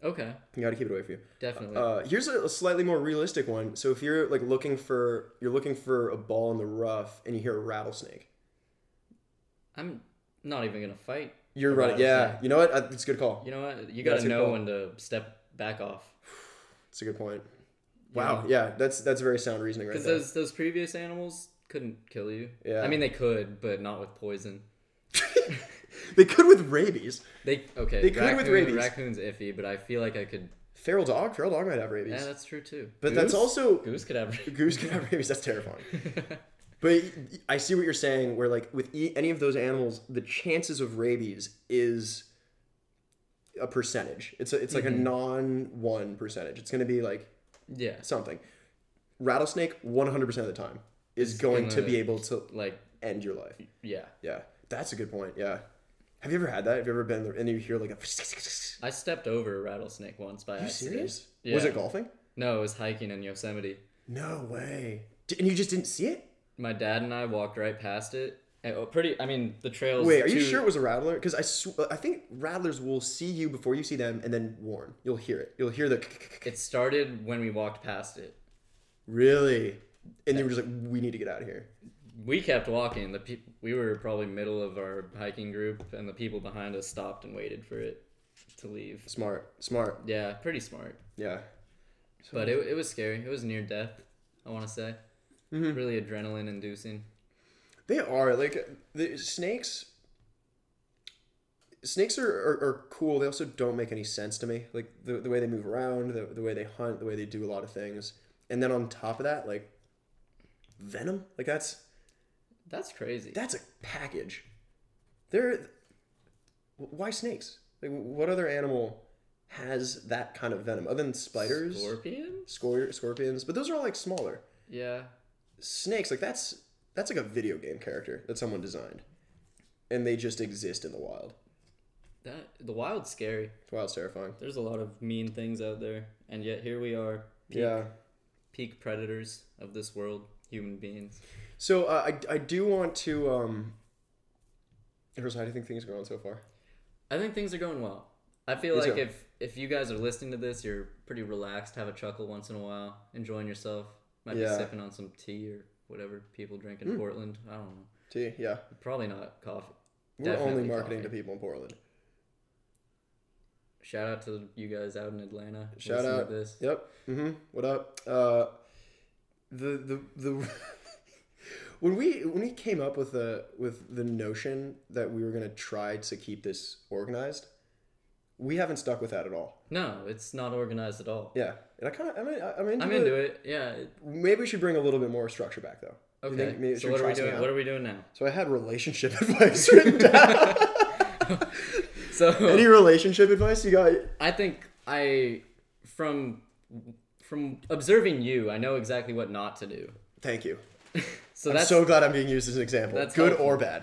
Okay. You gotta keep it away from you. Definitely. Uh, here's a, a slightly more realistic one. So if you're like looking for you're looking for a ball in the rough and you hear a rattlesnake, I'm not even gonna fight. you're a running. Yeah, rattlesnake. you know what? Uh, It's a good call. You know what? You That's gotta your know call. when to step back off. It's a good point. Wow. Yeah, that's that's very sound reasoning right Because there. those those previous animals couldn't kill you. Yeah. I mean they could, but not with poison. They could with rabies. They okay. They could with rabies. Raccoon's iffy, but I feel like I could. Feral dog. Feral dog might have rabies. Yeah, that's true too. but that's Goose? also goose could have. goose can have rabies. That's terrifying. but I see what you're saying. Where like with e- any of those animals, the chances of rabies is a percentage. It's a, it's Mm-hmm. like a non one percentage. It's gonna be like yeah. something. Rattlesnake, 100% of the time, is going to gonna- be able to Like end your life. yeah. Yeah. That's a good point. Yeah. Have you ever had that? Have you ever been there and you hear like a. Are I stepped over a rattlesnake once by you accident. serious? Yeah. Was it golfing? No, it was hiking in Yosemite. No way. D- And you just didn't see it? My dad and I walked right past it. And, oh, pretty. I mean, the trails. Wait, are you too- sure it was a rattler? Because I, sw- I think rattlers will see you before you see them and then warn. You'll hear it. You'll hear the. It started when we walked past it. Really? And they were just like, we need to get out of here. We kept walking. The peop we were probably middle of our hiking group, and the people behind us stopped and waited for it to leave. Smart. Smart. Yeah, pretty smart. Yeah. But it, it was scary. It was near death. I want to say, Mm-hmm. really adrenaline inducing. They are like the snakes. Snakes are, are, are cool. They also don't make any sense to me. Like the, the way they move around, the, the way they hunt, the way they do a lot of things. And then on top of that, like venom, like that's That's crazy. that's a package. They're why snakes? Like what other animal has that kind of venom other than spiders, Scorpion? scor- scorpions? But those are all like smaller. Yeah. snakes like that's that's like a video game character that someone designed and they just exist in the wild That the wild's scary. the wild's terrifying There's a lot of mean things out there, and yet here we are, peak, yeah peak predators of this world, human beings. so uh, I, I do want to um Here's how do you think things are going so far I think things are going well. I feel Me like too. if if you guys are listening to this, you're pretty relaxed, have a chuckle once in a while, enjoying yourself. Might Yeah. Mm. be sipping on some tea or whatever people drink in Portland. I don't know. T, yeah Probably not coffee. we're Definitely only marketing coffee. to people in portland Shout out to you guys out in Atlanta. shout listening to out this. yep mm-hmm what up uh the the the When we when we came up with the with the notion that we were gonna try to keep this organized, we haven't stuck with that at all. No, it's not organized at all. Yeah, and I kind of I'm, I'm into I'm the- into it. Yeah. it- Maybe we should bring a little bit more structure back, though. You think maybe Okay. it So should what are try we something doing? out? What are we doing now? So I had relationship advice written down. So Any relationship advice you got? I think I from from observing you, I know exactly what not to do. Thank you. So I'm that's so glad I'm being used as an example, that's good helpful. or bad.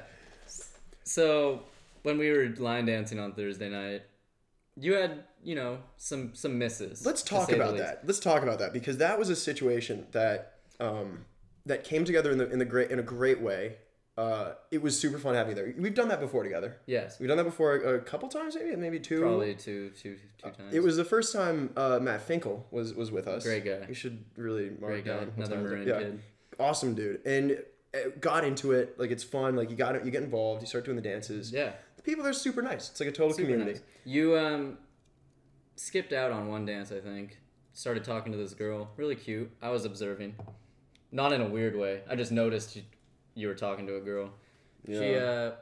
So when we were line dancing on Thursday night, you had you know some some misses. Let's to talk say the about least. that. Let's talk about that because that was a situation that um, that came together in the in the great in a great way. Uh, it was super fun having you there. We've done that before together. Yes, We've done that before a, a couple times, maybe maybe two. probably two two two times. It was the first time uh, Matt Finkel was was with us. Great guy. We should really mark Great guy. down what Another time it was. Marin kid. Awesome dude, and uh, got into it. Like it's fun. Like you got you get involved. You start doing the dances. yeah. The people there are super nice. It's like a total community. You um, skipped out on one dance, I think. Started talking to this girl, really cute. I was observing, not in a weird way. I just noticed you, you were talking to a girl. She Yeah. uh,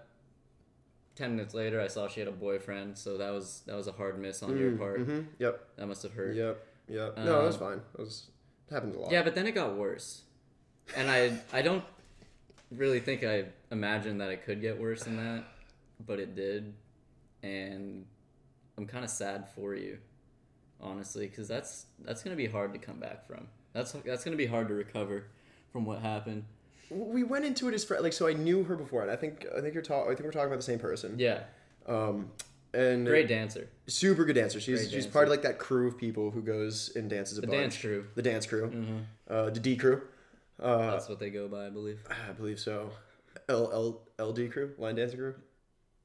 ten minutes later, I saw she had a boyfriend, so that was that was a hard miss on your part. hmm Yep. That must have hurt. Yep. Yep. no, that's Um, fine. That was, it happens a lot. Yeah, but then it got worse, and I I don't really think I imagined that it could get worse than that, but it did, and I'm kind of sad for you, honestly, because that's that's gonna be hard to come back from. That's that's gonna be hard to recover from what happened. We went into it as friend. Like, so I knew her before, and I think I think you're talk. I think we're talking about the same person. Yeah, Um, and great dancer, super good dancer. She's Great she's dancer. part of like that crew of people who goes and dances a the bunch. dance crew. Mm-hmm. The dance crew. Uh, the D crew. Uh, That's what they go by, I believe. I believe so. L L LD crew, line dancing crew,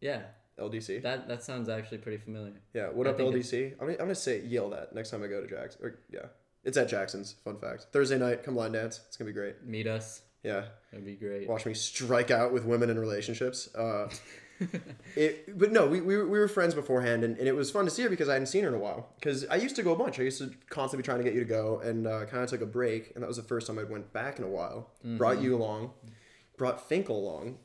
Yeah, LDC. that that sounds actually pretty familiar. yeah. What up, think LDC? I'm gonna, I'm gonna say yell that next time I go to Jackson. Or yeah, it's at Jackson's. Fun fact. Thursday night, come line dance. It's gonna be great. Meet us. Yeah. That'd be great. watch me strike out with women in relationships. Uh, it, but no, we, we, were- we were friends beforehand, and, and it was fun to see her because I hadn't seen her in a while. Because I used to go a bunch. I used to constantly be trying to get you to go, and uh, kind of took a break, and that was the first time I went back in a while. Brought you along, brought Finkel along,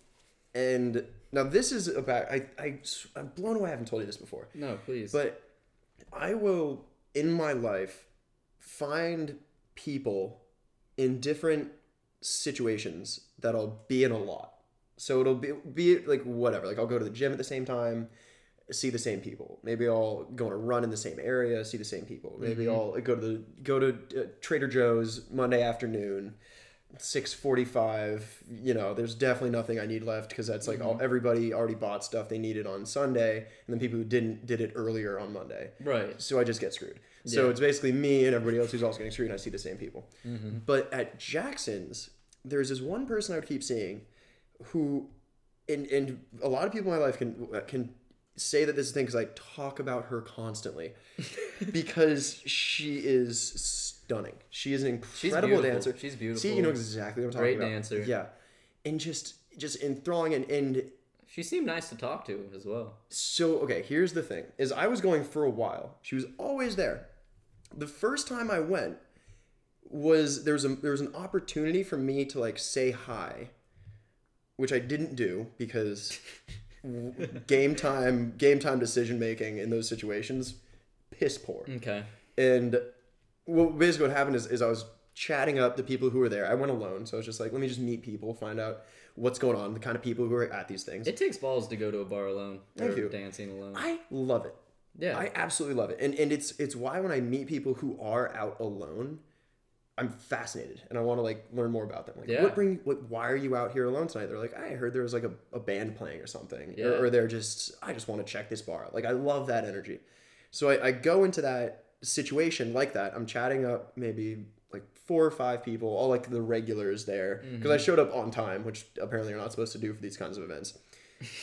and now this is about. I, I I'm blown away. I haven't told you this before. No, please. But I will, in my life, find people in different situations that I'll be in a lot. So it'll be, be it like whatever. Like I'll go to the gym at the same time, see the same people. Maybe I'll go on a run in the same area, see the same people. Maybe I'll go to the go to uh, Trader Joe's Monday afternoon, six forty five. You know, there's definitely nothing I need left because that's like all everybody already bought stuff they needed on Sunday, and then people who didn't did it earlier on Monday right. so I just get screwed. So Yeah. it's basically me and everybody else who's also getting screwed, and I see the same people. Mm-hmm. But at Jackson's, there's this one person I would keep seeing, who, and and a lot of people in my life can can say that this is a thing because I talk about her constantly, because she is stunning. She is an incredible beautiful. dancer. She's beautiful. See, you know exactly what I'm talking Great about. dancer. Yeah, and just just enthralling and and She seemed nice to talk to as well. so okay, here's the thing: is I was going for a while. She was always there. The first time I went was there was a there was an opportunity for me to like say hi, which I didn't do because w- game time game time decision making in those situations piss poor. Okay. And well, basically what happened is, is I was chatting up the people who were there. I went alone, so I was just like, let me just meet people, find out what's going on, the kind of people who are at these things. It takes balls to go to a bar alone Thank or you. dancing alone. I love it. yeah. I absolutely love it. And and it's it's why when I meet people who are out alone, I'm fascinated and I want to like learn more about them. Like Yeah. what bring what why are you out here alone tonight? They're like, I heard there was like a, a band playing or something. Yeah. Or, or they're just I just want to check this bar. out." Like I love that energy. So I, I go into that situation like that. I'm chatting up maybe like four or five people, all like the regulars there. Because I showed up on time, which apparently you're not supposed to do for these kinds of events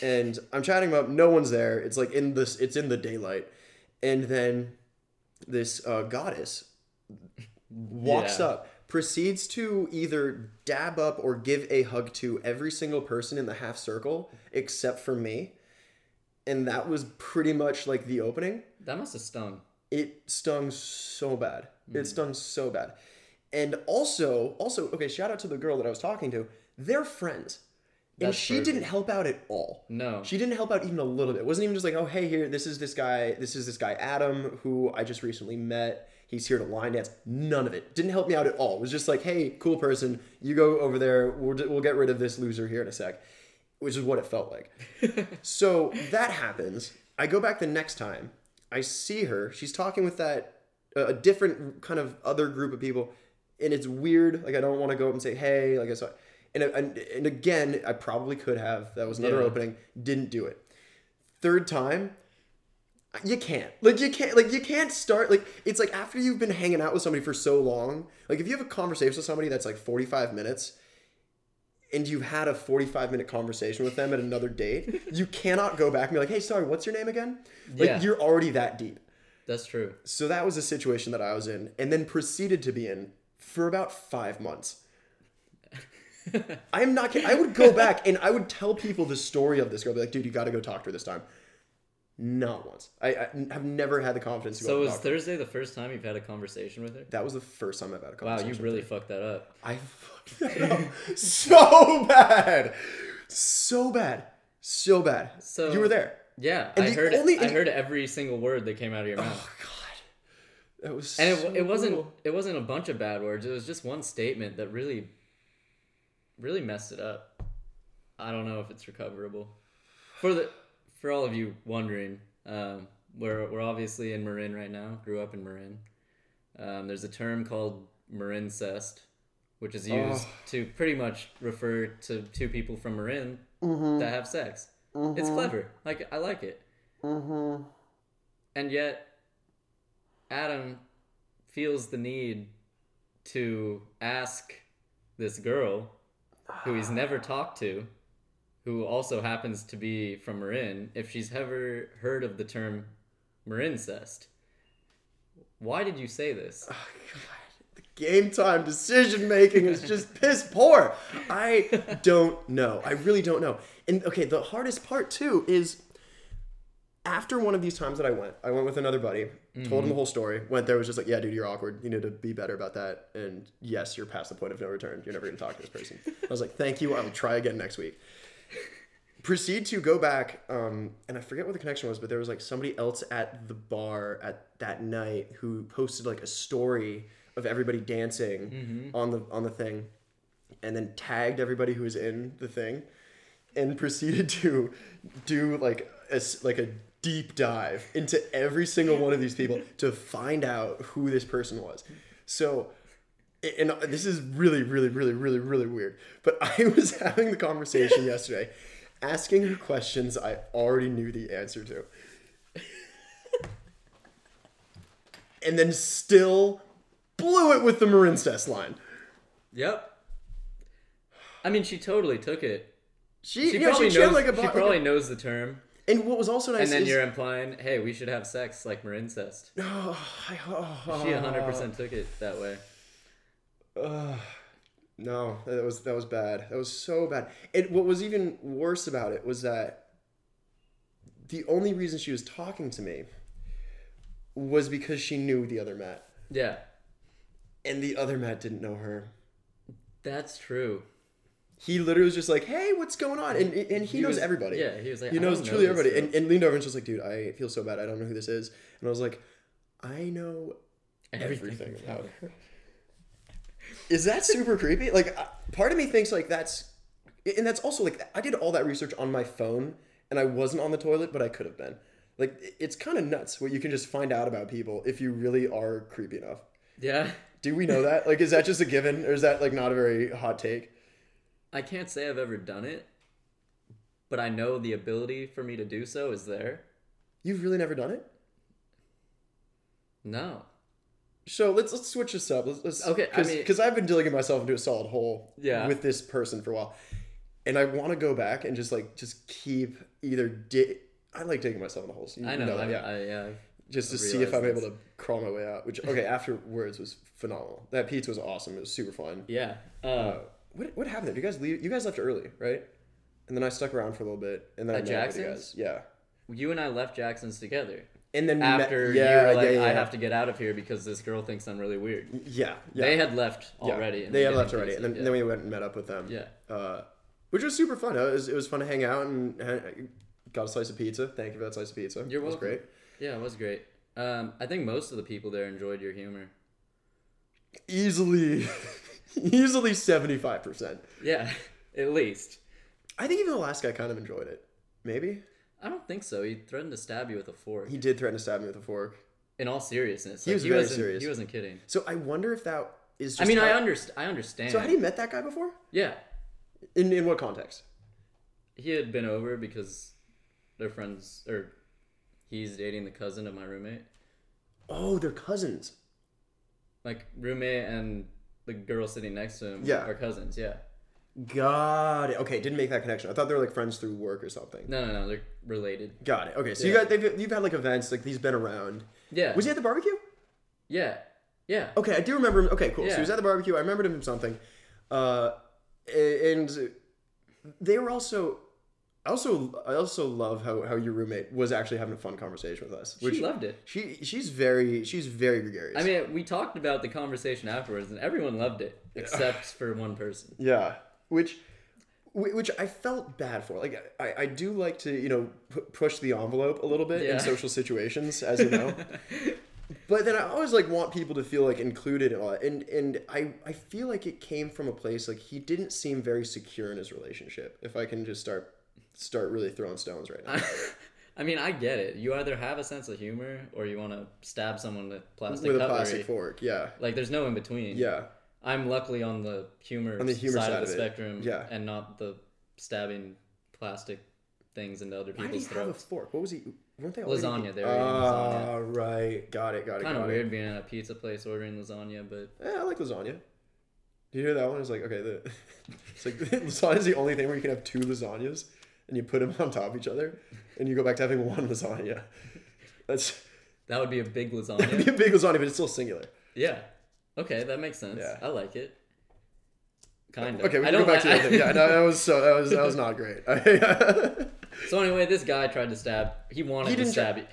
and I'm chatting them up. No one's there. It's like in this. It's in the daylight, and then this uh, goddess walks Yeah. up, proceeds to either dab up or give a hug to every single person in the half circle except for me, and that was pretty much like the opening that must have stung. it stung so bad. Mm. It stung so bad. And also, also, okay, shout out to the girl that I was talking to. They're friends. And That's she didn't help out at all. No. She didn't help out even a little bit. It wasn't even just like, oh hey, here, this is this guy, this is this guy Adam, who I just recently met. He's here to line dance. None of it. Didn't help me out at all. It was just like, hey, cool person, you go over there. We'll, we'll get rid of this loser here in a sec, which is what it felt like. So that happens. I go back the next time. I see her. She's talking with that a a different kind of other group of people, and it's weird. Like I don't want to go up and say hey. Like I saw, and and, and again, I probably could have. That was another Yeah. opening. Didn't do it. Third time, you can't like you can't like you can't start like it's like after you've been hanging out with somebody for so long like if you have a conversation with somebody that's like 45 minutes and you've had a 45 minute conversation with them at another date you cannot go back and be like hey sorry what's your name again like Yeah. you're already that deep That's true. so that was a situation that i was in and then proceeded to be in for about five months i'm not kidding i would go back and i would tell people the story of this girl I'd be like dude you gotta go talk to her this time Not once. I, I have never had the confidence to go So to the was doctor. Thursday the first time you've had a conversation with her? That was the first time I've had a Wow, conversation. you really fucked that up. I fucked that up so bad, so bad, so bad. So- you were there. Yeah, And I the heard only- I heard every single word that came out of your mouth. Oh god, that was. and it, so it wasn't brutal. it wasn't a bunch of bad words. It was just one statement that really really messed it up. I don't know if it's recoverable. For the for all of you wondering, um, we're we're obviously in Marin right now. Grew up in Marin. Um, there's a term called Marincest, which is used to pretty much refer to two people from Marin that have sex. It's clever. Like I like it. And yet, Adam feels the need to ask this girl who he's never talked to, who also happens to be from Marin, if she's ever heard of the term Marincest. Why did you say this? Oh, God. The Game time decision making is just piss poor. I don't know. I really don't know. And okay, the hardest part too is after one of these times that I went, I went with another buddy, told him the whole story, went there, was just like, yeah, dude, you're awkward. You need to be better about that. And yes, you're past the point of no return. You're never going to talk to this person. I was like, thank you. I will try again next week. Proceed to go back, um, and I forget what the connection was, but there was like somebody else at the bar at that night who posted like a story of everybody dancing on the on the thing, and then tagged everybody who was in the thing and proceeded to do like a, s- like a deep dive into every single one of these people to find out who this person was. So a- and this is really really really really really weird, but I was having the conversation yesterday asking her questions I already knew the answer to. And then still blew it with the Marincest line. Yep. I mean, she totally took it. She, She yeah, probably, she knows, chilled like a she bo- probably knows the term. And what was also nice And then is you're implying, hey, we should have sex like Marincest. Oh, I, oh, She 100% took it that way. No, that was that was bad. That was so bad. And what was even worse about it was that the only reason she was talking to me was because she knew the other Matt, Yeah, and the other Matt didn't know her. that's true. He literally was just like, "Hey, what's going on?" And and he, knows was- everybody. yeah, he was like, he "I knows don't know truly this everybody. girl. And, and leaned over and was just like, "Dude, I feel so bad. I don't know who this is." And I was like, "I know everything about her. Is that super creepy? Like, I- part of me thinks like that's, and that's also like I did all that research on my phone, and I wasn't on the toilet, but I could have been. Like, it- it's kind of nuts what you can just find out about people if you really are creepy enough. Yeah, Do we know that? Like, is that just a given, or is that like not a very hot take? I can't say I've ever done it, but I know the ability for me to do so is there. You've really never done it. No. So let's let's switch this up. Let's, let's Okay, I Cause, mean- 'cause I've been digging myself into a solid hole. Yeah. With this person for a while, and I want to go back and just like just keep either di- I like digging myself in the holes. You I know. that, I, yeah. I, yeah. just to I see if I'm realize able to crawl my way out. Which okay, afterwards was phenomenal. That pizza was awesome. It was super fun. Yeah. Uh, Uh, what what happened there? Did you guys leave? You guys left early, right? And then I stuck around for a little bit, and then I At met up with you guys. Jackson's? Yeah. you and I left Jackson's together And then we met- after yeah, you were like, yeah, yeah, I yeah. have to get out of here because this girl thinks I'm really weird. Yeah, yeah. They had left Yeah, already. and They we had didn't left already, do and then, so, then we went and met up with them. Yeah. Uh, which was super fun. It was, it was fun to hang out and had- got a slice of pizza. Thank you for that slice of pizza. You're It was welcome. great. yeah. yeah, it was great. Um, I think most of the people there enjoyed your humor. Easily, easily seventy five percent. Yeah, at least. I think even the last guy kind of enjoyed it. Maybe I don't think so. He threatened to stab you with a fork. he did threaten to stab me with a fork. In all seriousness, He like, was very wasn't, serious. He wasn't kidding. So I wonder if that is. I Just mean, I how- underst- I understand. So had you met that guy before? yeah, In in what context? he had been over because their friends or he's dating the cousin of my roommate. Oh, they're cousins. Like roommate and the girl sitting next to him Yeah. are cousins. Yeah. Got it. Okay, didn't make that connection. I thought they were like friends through work or something. No, no, no. They're related. Got it. Okay, so you Yeah. got they've, you've had like events like he's been around. Yeah. Was Oh, he at the barbecue? yeah. Yeah. Okay, I do remember him. Okay, cool. So he Yeah. was at the barbecue. I remembered him from something. Uh, a- and they were also, I also I also love how, how your roommate was actually having a fun conversation with us. she loved it. She she's very she's very gregarious. I mean, we talked about the conversation afterwards, and everyone loved it except for one person. yeah, which whi- which I felt bad for. Like I, I do like to you know pu- push the envelope a little bit Yeah. in social situations, as you know. but then I always like want people to feel like included and all that. And and I I feel like it came from a place like he didn't seem very secure in his relationship. If I can just start start really throwing stones right now. I mean, I get it. You either have a sense of humor or you want to stab someone with plastic with a cutlery. plastic fork. Yeah, Like, there's no in between. yeah, I'm luckily on the humor, the humor side, side of the of it. spectrum. Yeah. And not the stabbing plastic things into other Why did people's he have a throats. fork? What was he? Weren't they all eating- Lasagna. They were eating lasagna. Ah, right. Got it. Got it. Kind got of it. weird being at a pizza place ordering lasagna, but Eh, I like lasagna. You hear that one? It's like okay, the, it's like lasagna is the only thing where you can have two lasagnas and you put them on top of each other, and you go back to having one lasagna. That's that would be a big it'd lasagna. be a big lasagna, but it's still singular. yeah. Okay, that makes sense. Yeah. I like it. Kind of. Okay, we I can go don't back to the like- other thing. Yeah, no, that was so that was that was not great. So anyway, this guy tried to stab. He wanted He to didn't try- stab.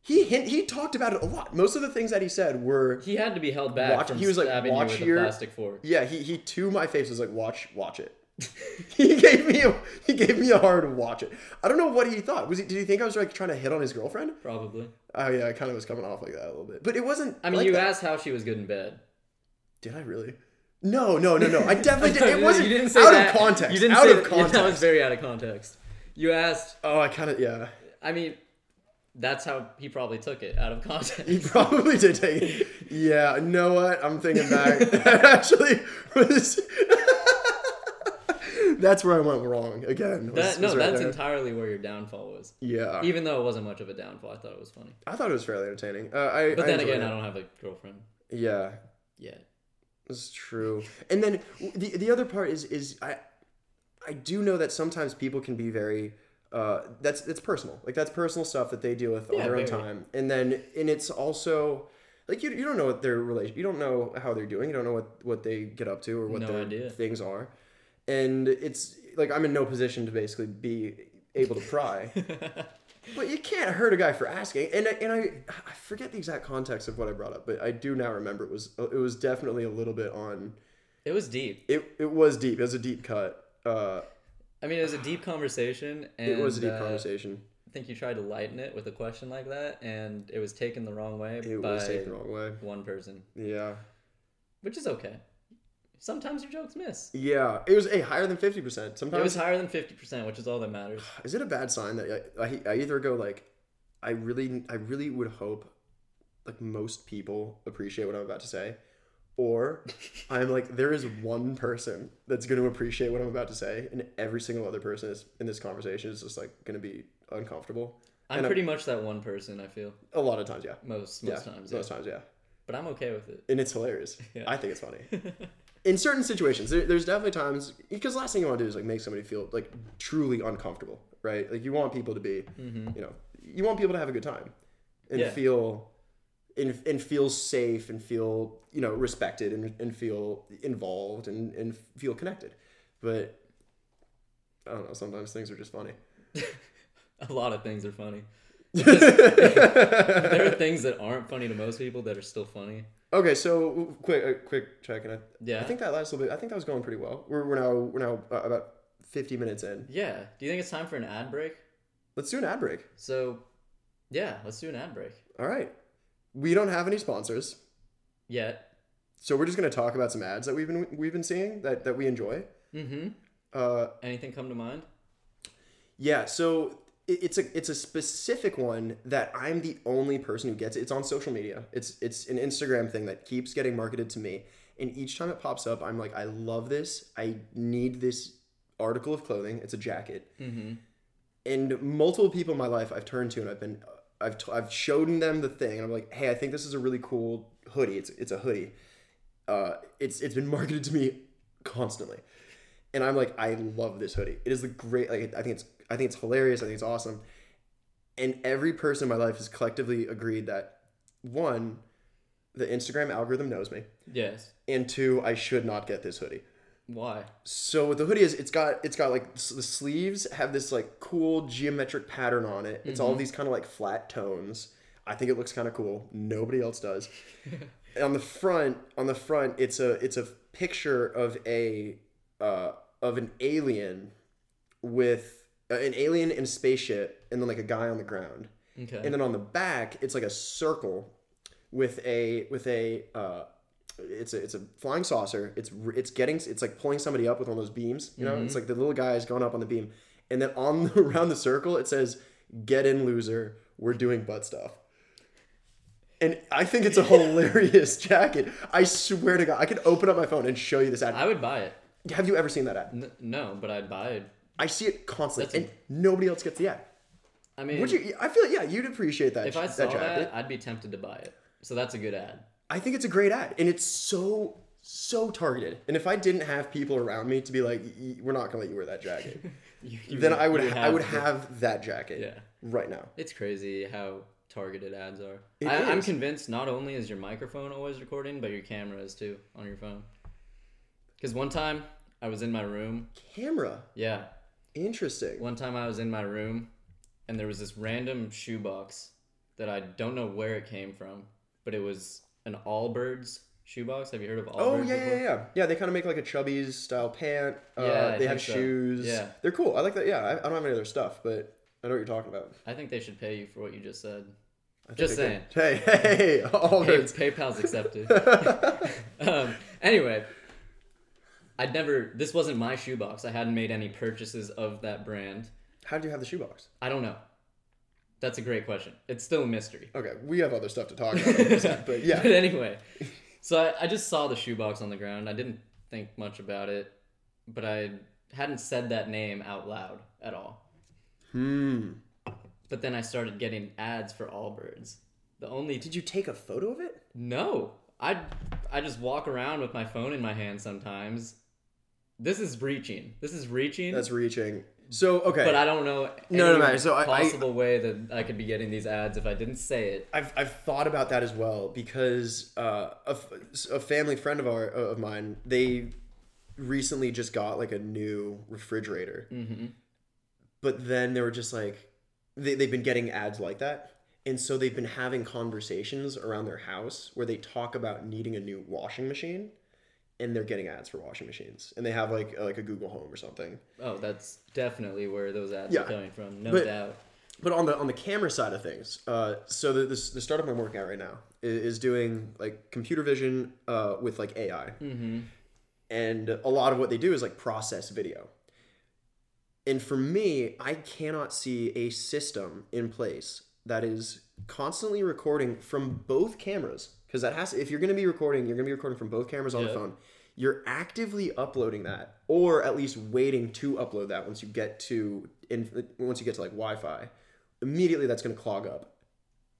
he hint, he talked about it a lot. Most of the things that he said were he had to be held back Watch- from he was like, stabbing "Watch you with your- a plastic fork. Yeah, he, he to my face was like, watch, watch it. he gave me a he gave me a hard watch it. I don't know what he thought. Was he did he think I was like trying to hit on his girlfriend? Probably. Oh yeah, I kind of was coming off like that a little bit. But it wasn't. I mean, like you that. asked how she was good in bed. Did I really? No, no, no, no. I definitely did. It wasn't. you didn't say out that. of context. You didn't out say of that- context. That was very out of context. You asked. oh, I kind of yeah. I mean, that's how he probably took it out of He context. probably did take. it. Yeah, you know what? I'm thinking back. That actually was. that's where I went wrong again. was- That, no, was right that's there. entirely where your downfall was. yeah. Even though it wasn't much of a downfall, I thought it was funny. I thought it was fairly entertaining. Uh, I, But I then enjoyed again, it. I don't have a girlfriend Yeah, yet. that's true. And then w- the the other part is is I I do know that sometimes people can be very uh that's it's personal. Like that's personal stuff that they deal with on Yeah, their own very. time. And then and it's also like you, you don't know what their relation you don't know how they're doing. You don't know what what they get up to or what No their idea. things are. And it's like I'm in no position to basically be able to pry. But you can't hurt a guy for asking. And I, and I I forget the exact context of what I brought up, but I do now remember it was it was definitely a little bit on it was deep. it it was deep. It was a deep cut. Uh, I mean, it was a deep conversation. And, it was a deep uh, conversation. I think you tried to lighten it with a question like that, and it was taken the wrong way It by was taken the wrong way. one person, Yeah. which is okay. Sometimes your jokes miss. Yeah. It was a higher than 50%. Sometimes It was higher than fifty percent, which is all that matters. is it a bad sign that I, I, I either go like I really I really would hope like most people appreciate what I'm about to say or I'm like there is one person that's going to appreciate what I'm about to say and every single other person is, in this conversation is just like going to be uncomfortable I'm And, uh, pretty much that one person. I feel a lot of times yeah most yeah most times, yeah. most times yeah but I'm okay with it. and it's hilarious Yeah. I think it's funny in certain situations there, there's definitely times because last thing you want to do is like make somebody feel like truly uncomfortable right like you want people to be you know you want people to have a good time and Mm-hmm. Yeah. feel and, and feel safe and feel you know respected and, and feel involved and, and feel connected but i don't know sometimes things are just funny a lot of things are funny. there are things that aren't funny to most people that are still funny. okay so quick uh, quick check and I, Yeah. I think that last little bit i think that was going pretty well we're, we're now we're now uh, about 50 minutes in Yeah. Do you think it's time for an ad break? let's do an ad break So, yeah, let's do an ad break. All right. We don't have any sponsors, Yet. so we're just going to talk about some ads that we've been we've been seeing that that we enjoy. Mm-hmm. Uh, Anything come to mind? yeah. So it, it's a it's a specific one that I'm the only person who gets it. It's on social media. It's it's an Instagram thing that keeps getting marketed to me, and each time it pops up, I'm like, I love this. I need this article of clothing. It's a jacket. Mm-hmm. and multiple people in my life I've turned to and I've been I've t- I've shown them the thing and I'm like, hey, I think this is a really cool hoodie. It's it's a hoodie. Uh, it's it's been marketed to me constantly, and I'm like, I love this hoodie. It is the great. Like I think it's I think it's hilarious. I think it's awesome. And every person in my life has collectively agreed that one, the Instagram algorithm knows me, Yes. and two, I should not get this hoodie. Why? So what the hoodie is, it's got it's got like s- the sleeves have this like cool geometric pattern on it. It's all these kind of like flat tones. I think it looks kind of cool. Nobody else does. And on the front, on the front, it's a it's a picture of a uh, of an alien with uh, an alien in a spaceship, and then like a guy on the ground. Okay. And then on the back, it's like a circle with a with a uh, it's a it's a flying saucer. It's r- it's getting it's like pulling somebody up with one of those beams. You know, Mm-hmm. it's like the little guy has gone up on the beam, and then on the, around the circle it says, "Get in, loser. We're doing butt stuff." And I think it's a hilarious jacket. I swear to God, I could open up my phone and show you this ad. I would buy it. Have you ever seen that ad? N- no, but I'd buy it. I see it constantly, That's and nobody else gets the ad. I mean, Would you? I feel yeah, you'd appreciate that. if I that saw that, jacket. I'd be tempted to buy it. So that's a good ad. I think it's a great ad, and it's so so targeted. And if I didn't have people around me to be like, "Y- "We're not gonna let you wear that jacket," You- you then I would you ha- I would to. have that jacket Yeah. right now. It's crazy how targeted ads are. It I, I'm is. convinced not only is your microphone always recording, but your camera is too on your phone. Because one time I was in my room. Camera, Yeah. interesting. One time I was in my room and there was this random shoebox that I don't know where it came from, but it was an Allbirds shoebox. Have you heard of Allbirds? Oh yeah, before? yeah, yeah, yeah. They kind of make like a chubbies style pant. Uh, Yeah, I they have think so. shoes. Yeah. they're cool. I like that. Yeah, I, I don't have any other stuff, but I know what you're talking about. I think they should pay you for what you just said. I think Just I saying. could- Hey, hey, hey, all Pay, birds. PayPal's accepted. um, anyway, I'd never. This wasn't my shoebox. I hadn't made any purchases of that brand. How do you have the shoebox? I don't know. That's a great question. It's still a mystery. Okay, we have other stuff to talk about, on this app, but yeah, But anyway, so I, I just saw the shoebox on the ground. I didn't think much about it, but I hadn't said that name out loud at all. hmm. But then I started getting ads for Allbirds. The only Did you take a photo of it? No, I I just walk around with my phone in my hand sometimes. This is reaching. This is reaching. That's reaching. So okay, but I don't know any No, no, no, so I- I- possible way that I could be getting these ads if I didn't say it. I've, I've thought about that as well because uh, a, f- a family friend of our of mine they recently just got like a new refrigerator Mm-hmm. but then they were just like they, they've been getting ads like that and so they've been having conversations around their house where they talk about needing a new washing machine and they're getting ads for washing machines and they have like a, like a google home or something Oh, that's definitely where those ads Yeah, are coming from, no but- doubt. but on the on the camera side of things, uh, so the, this, the startup I'm working at right now is, is doing like computer vision uh, with like AI, Mm-hmm. and a lot of what they do is like process video. And for me, I cannot see a system in place that is constantly recording from both cameras because that has if you're going to be recording, you're going to be recording from both cameras on Yeah. the phone. You're actively uploading that, or at least waiting to upload that once you get to in, once you get to like Wi-Fi. Immediately, that's going to clog up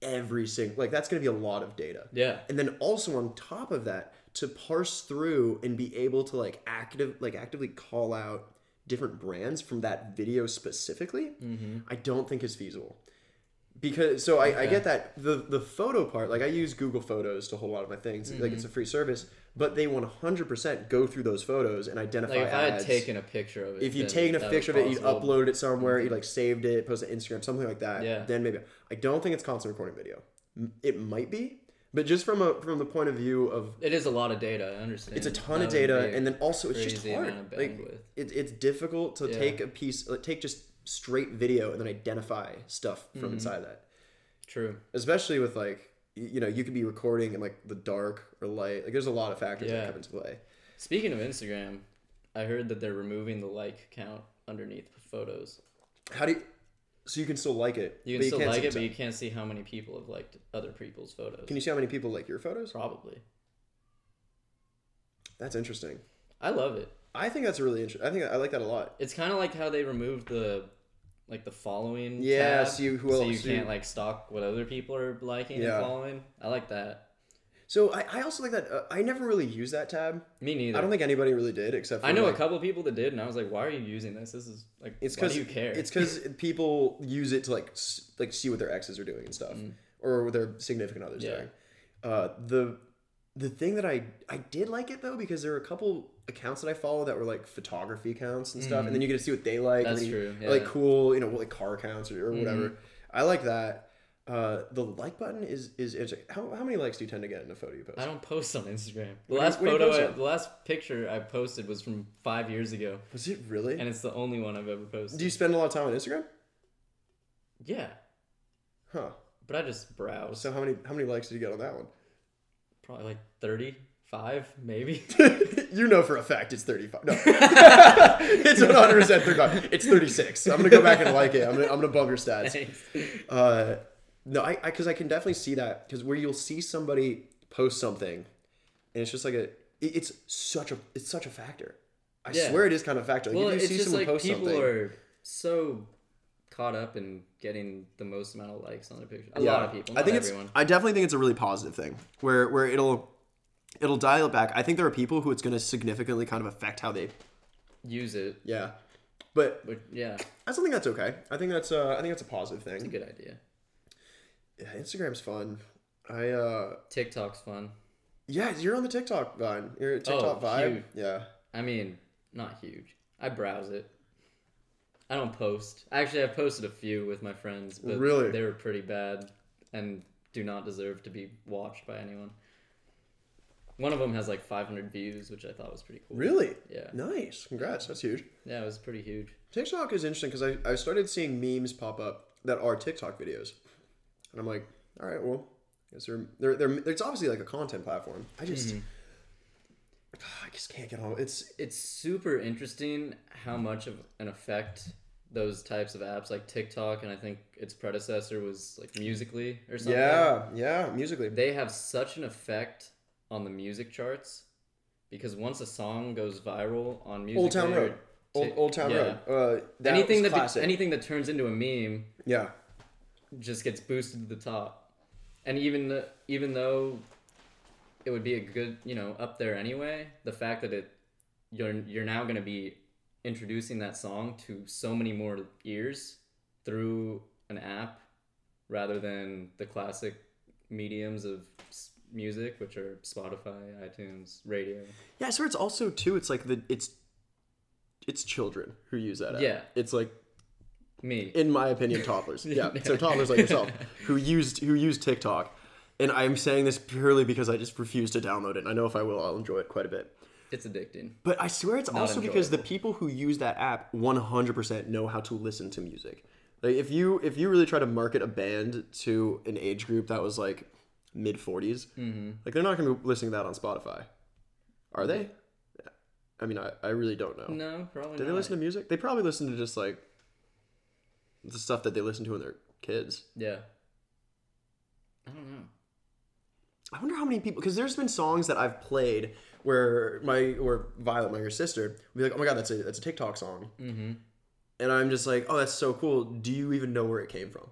every single like that's going to be a lot of data. Yeah. And then also on top of that, to parse through and be able to like active like actively call out different brands from that video specifically, Mm-hmm. I don't think is feasible. Because so I, I get that the the photo part, like I use Google Photos to a whole lot of my things. Like Mm-hmm. it's a free service, but they one hundred percent go through those photos and identify Like if I had ads. taken a picture of it, if you then taken that a was picture of it, you'd possible. Mm-hmm. upload it somewhere, you like saved it, post it to Instagram, something like that. Yeah. Then maybe I don't think it's constant recording video. M- It might be, but just from a from the point of view of It is a lot of data. I understand. it's a ton That of would data, be- and then also it's just crazy hard. amount of Like bandwidth. it, it's difficult to Yeah. take a piece, like, take just straight video, and then identify stuff from Mm-hmm. inside that. true. Especially with like y- you know you could be recording in like the dark or light. Like there's a lot of factors Yeah. that come into play. Speaking of Instagram, I heard that they're removing the like count underneath photos. How do you? So you can still like it. You but can still can't like see- it, but you can't see how many people have liked other people's photos. Can you see how many people like your photos? Probably. That's interesting. I love it. I think that's really interesting. I think I like that a lot. It's kind of like how they removed the like the following. Yeah, tab, so you- who so else you you- can't like stalk what other people are liking Yeah. and following. I like that. So I, I also like that. Uh, I never really used that tab. Me neither. I I, don't think anybody really did, except for know like, a couple people that did, and I was like, "Why are you using this? This is like, It's why because do you care?" It's because people use it to like s- Mm. like see what their exes are doing and stuff, or what their significant others Yeah. doing. Uh, the the thing that I I did like it though because there were a couple accounts that I follow that were like photography accounts and stuff, and then you get to see what they like. and Mm. That's then you- true, or, Like yeah. Mm-hmm. cool, you know, what like car accounts or, or whatever. I like that. Uh, the like button is is interesting. How, how many likes do you tend to get in a photo you post? I don't post on Instagram. What do The you- last what do you photo, post I, on? the last picture I posted was from five years ago, Is it really? and it's the only one I've ever posted. do you spend a lot of time on Instagram? yeah, Huh. but I just browse. So how many how many likes did you get on that one? Probably like thirty-five, maybe. you know for a fact it's 35. No. it's 100% 35. It's 36. I'm going to go back and like it. I'm going to I'm gonna bump your stats. Uh, no, I because I, can definitely see that because where you'll see somebody post something, and it's just like a it- it's such a it's such a factor. I Yeah. swear it is kind of a factor. Like well, if you it's see just someone like post people something, are so caught up in getting the most amount of likes on their picture. A lot of people. I think not everyone. it's. I definitely think it's a really positive thing where where it'll it'll dial it back. I think there are people who it's going to significantly kind of affect how they. use it, Yeah, but but yeah, it's I still think that's okay. I think that's uh, I think that's a positive a thing. good idea. Yeah, Instagram's fun. I uh TikTok's fun. yeah, you're on the TikTok vine. You're a TikTok vibe. Oh, huge. Yeah. I mean, not huge. I browse it. I don't post. Actually, I posted a few with my friends, but Really? they were pretty bad and do not deserve to be watched by anyone. One of them has like 500 views, which I thought was pretty cool. Really? Yeah. Nice. Congrats. That's huge. Yeah, it was pretty huge. TikTok is interesting because I, I started seeing memes pop up that are TikTok videos. And I'm like, all right, well, I guess they're, they're, they're, it's obviously like a content platform. I just, Mm-hmm. I just can't get on. It's, It's super interesting how much of an effect those types of apps like TikTok and I think its predecessor was like Musically or something. yeah, yeah, musically. they have such an effect on the music charts because once a song goes viral on music Old Town Road. Old, Old Town yeah. Road. Uh, that anything was that be- classic. anything that turns into a meme yeah. just gets boosted to the top and even th- even though it would be a good you know up there anyway the fact that it you're you're now going to be introducing that song to so many more ears through an app rather than the classic mediums of s- music which are spotify itunes radio Yeah, I swear it's also too, it's like the, it's, it's children who use that app. Yeah. It's like me in my opinion, toddlers. Yeah, so toddlers like yourself who used who used TikTok, and I'm saying this purely because I just refuse to download it. And I know if I will, I'll enjoy it quite a bit. it's addicting But I swear it's also because the people who use that app 100% know how to listen to music. Like if you if you really try to market a band to an age group that was like mid 40s, Mm-hmm. like they're not going to be listening to that on Spotify, are they? I mean, I, I really don't know. no probably Do they not listen to music? They probably listen to just like the stuff that they listen to when they're kids. yeah i don't know I wonder how many people because there's been songs that I've played where my or Violet, my your sister, would be like, "Oh my god, that's a that's a TikTok song," mm-hmm. and I'm just like, "Oh, that's so cool. Do you even know where it came from?"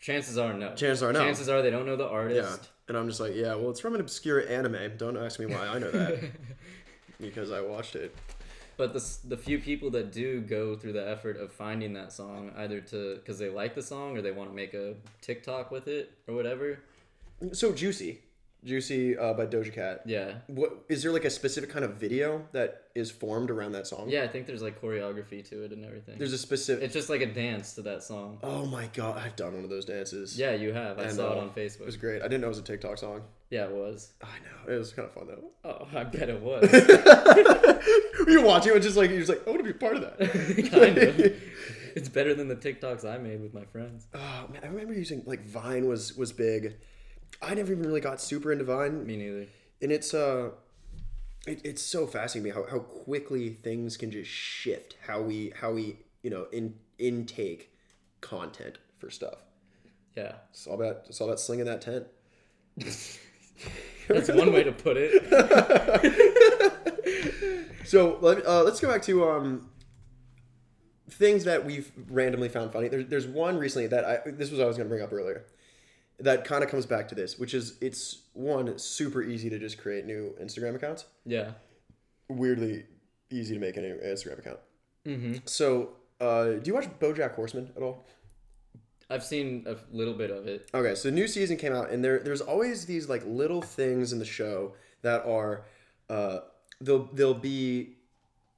Chances are no. Chances are no. Chances are they don't know the Yeah, artist. and I'm just like, "Yeah, well, it's from an obscure anime. Don't ask me why I know that because I watched it." But the s- the few people that do go through the effort of finding that song, either to because they like the song or they want to make a TikTok with it or whatever. So juicy, juicy uh, by Doja Cat. Yeah. What is there like a specific kind of video that is formed around that song? Yeah, I think there's like choreography to it and everything. There's a specific. it's just like a dance to that song. Oh my god, I've done one of those dances. Yeah, you have. I, And, saw it uh, on It was Facebook. great. I didn't know it was a TikTok song. Yeah, it was. I know. It was kind of fun though. Oh, I bet it was. you watch it, it's just like you're just like, I want to be a part of that. kind of. It's better than the TikToks I made with my friends. oh man, I remember using like Vine was was big. I never even really got super into Vine, Me neither. and it's uh, it, it's so fascinating to me how how quickly things can just shift how we how we you know in intake content for stuff. Yeah. It's all about it's all about slinging that tent. That's one way to put it. So let, uh, let's go back to um, things that we've randomly found funny. There's, there's one recently that I this was what I was going to bring up earlier that kind of comes back to this, which is it's one it's super easy to just create new Instagram accounts. Yeah. Weirdly easy to make an Instagram account. Mhm. So uh, do you watch BoJack Horseman at all? I've seen a little bit of it. Okay, so new season came out, and there there's always these like little things in the show that are, uh, they'll they'll be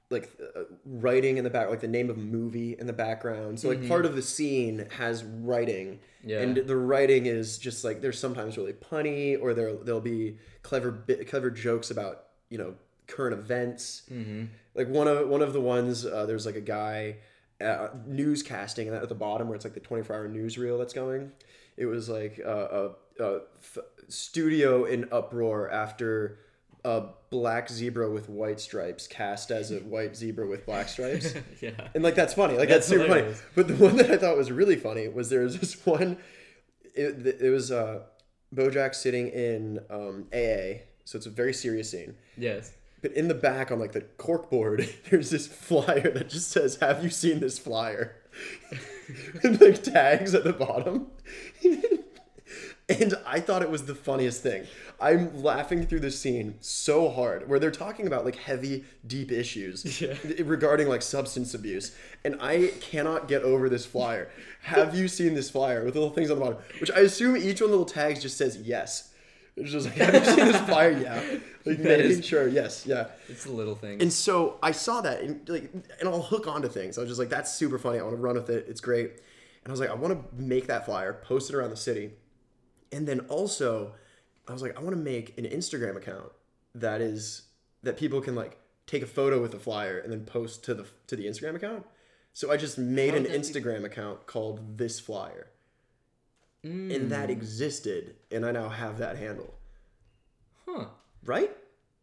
like uh, writing in the back, like the name of a movie in the background. So like part of the scene has writing, Yeah. and the writing is just like they're sometimes really punny, or there there'll be clever bit, clever jokes about you know current events. Mm-hmm. Like one of one of the ones uh, there's like a guy uh, newscasting and at the bottom where it's like the 24 hour newsreel that's going. It was like uh, a, a f- studio in uproar after a black zebra with white stripes cast as a white zebra with black stripes. yeah. And like that's funny. Like that's, That's super hilarious. funny. But the one that I thought was really funny was there was this one. It, th- it was uh, BoJack sitting in um, AA, so it's a very serious scene. Yes. But in the back on like the cork board, there's this flyer that just says, "Have you seen this flyer?" and like tags at the bottom. and I thought it was the funniest thing. I'm laughing through this scene so hard where they're talking about like heavy, deep issues Yeah. regarding like substance abuse, and I cannot get over this flyer. Have you seen this flyer with little things on the bottom? Which I assume each one of the little tags just says yes. It's just like, have you seen this flyer? Yeah. Like That making is- sure, yes, yeah. It's the little things. And so I saw that, and like, and I'll hook onto things. I was just like, "That's super funny. I want to run with it. It's great." And I was like, "I want to make that flyer, post it around the city, and then also, I was like, I want to make an Instagram account that is that people can like take a photo with the flyer and then post to the to the Instagram account." So I just made an did that be- Instagram account called This Flyer, and that existed, and I now have that handle. huh. Right?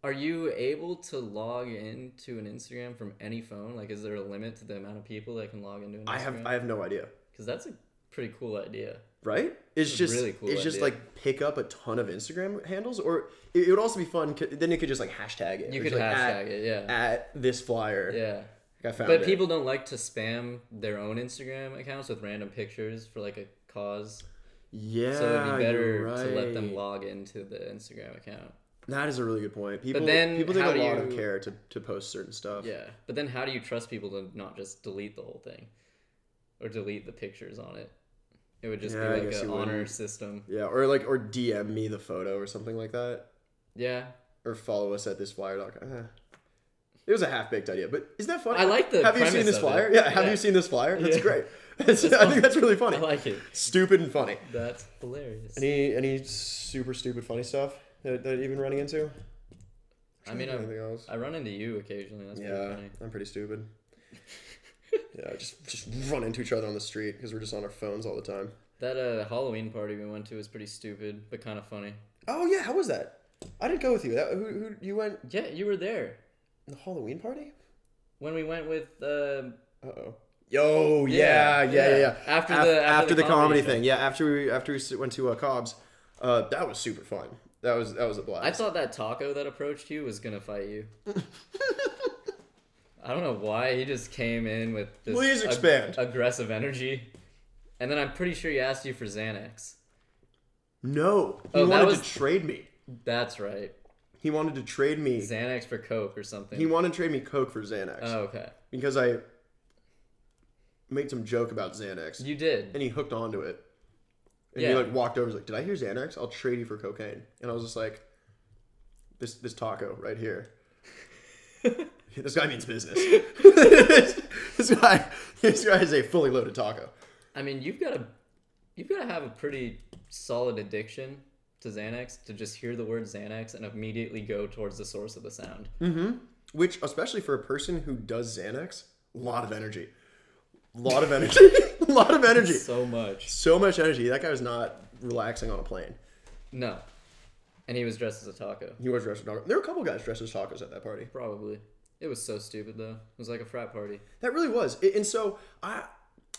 Are you able to log into an Instagram from any phone? Like, is there a limit to the amount of people that can log into an Instagram? I have I have no idea. Because that's a pretty cool idea. right? It's just really cool it's just idea. like pick up a ton of Instagram handles, or it, it would also be fun. 'cause Then you could just like hashtag it. You It's could like, hashtag at, it, yeah. at this flyer. yeah. Like, I found But it. people don't like to spam their own Instagram accounts with random pictures for like a cause. yeah, So it'd be better you're to let them right. log into the Instagram account. That is a really good point. People then people take how a do lot of you- care to, to post certain stuff. Yeah. But then how do you trust people to not just delete the whole thing or delete the pictures on it? It would just Yeah, I be like guess an you honor wouldn't. system. yeah, or like or DM me the photo or something like that, Yeah. or follow us at this flyer. Uh, it was a half baked idea, but isn't that funny? I like the Have you seen premise this of flyer? it. Yeah, have Yeah. you seen this flyer? That's Yeah. great. I think that's really funny. I like it. Stupid and funny. That's hilarious. Any any super stupid funny stuff that, that you've been running into? I mean, anything I, else? I run into you occasionally. That's pretty yeah, funny. I'm pretty stupid. yeah, just just run into each other on the street because we're just on our phones all the time. That uh, Halloween party we went to was pretty stupid, but kind of funny. Oh yeah, how was that? I didn't go with you. That, who, who you went Yeah, you were there the Halloween party? when we went with. Uh, Uh oh. Yo, yeah, Yeah, yeah, yeah, yeah. yeah. After the- after the comedy thing, yeah. After we after we s- went to uh, Cobb's, uh, that was super fun. That was that was a blast. I thought that taco that approached you was gonna fight you. I don't know why he just came in with this Please ag- expand. aggressive energy, and then I'm pretty sure he asked you for Xanax. no, he Oh, that wanted was- to trade me. That's right, He wanted to trade me. Xanax for Coke or something. He wanted to trade me Coke for Xanax. oh, okay, because I made some joke about Xanax, you did. and he hooked onto it. And he Yeah. like walked over, and was like, "Did I hear Xanax? I'll trade you for cocaine." And I was just like, "This this taco right here. this guy means business. this guy this guy is a fully loaded taco. I mean, you've got to you've got to have a pretty solid addiction to Xanax to just hear the word Xanax and immediately go towards the source of the sound. Which, especially for a person who does Xanax, a lot of energy, a lot of energy, a lot of energy, So much. so much energy. That guy was not relaxing on a plane. No, and he was dressed as a taco. He was dressed as taco. There were a couple guys dressed as tacos at that party. Probably. It was so stupid though. It was like a frat party. That really was. I- And so I,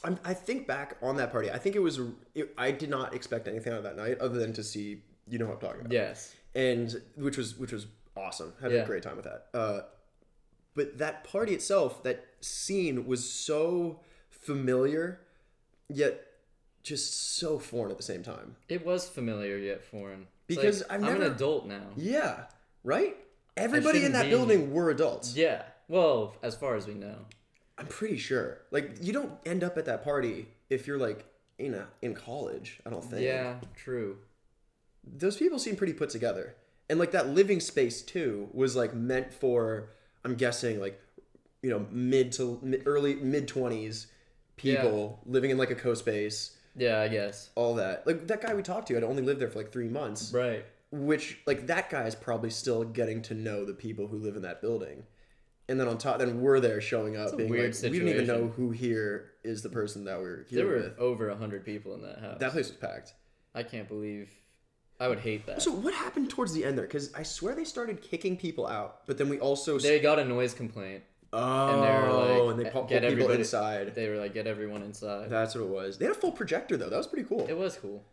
I'm, I think back on that party. I think it was. It, I did not expect anything out of that night other than to see. You know what I'm talking about. Yes. And which was which was awesome. Had a Yeah. great time with that. Uh, but that party itself, that scene was so familiar, yet just so foreign at the same time. It was familiar yet foreign. It's Because I've I'm an never- adult now. Yeah. Right. Everybody in shouldn't that be- building were adults. Yeah. Well, as far as we know. I'm pretty sure. Like you don't end up at that party if you're like you know, in college. I don't think. Yeah, true. Those people seem pretty put together, and like that living space too was like meant for. I'm guessing like, you know, mid to mid, early mid twenties people living in like a co-space, Yeah, I guess. all that. Like that guy we talked to had only lived there for like three months, Right. which like that guy is probably still getting to know the people who live in that building. And then on top, then we're there showing up, being weird like, we don't even situation. know who here is the person that we're here There were with. over a hundred people in that house. That place was packed. I can't believe. I would hate that. So what happened towards the end there? Because I swear they started kicking people out, but then we also They got a noise complaint. oh, and and, they were like, they pu- pulled get people everybody- inside. They were like, get everyone inside. That's what it was. They had a full projector though. That was pretty cool. It was cool.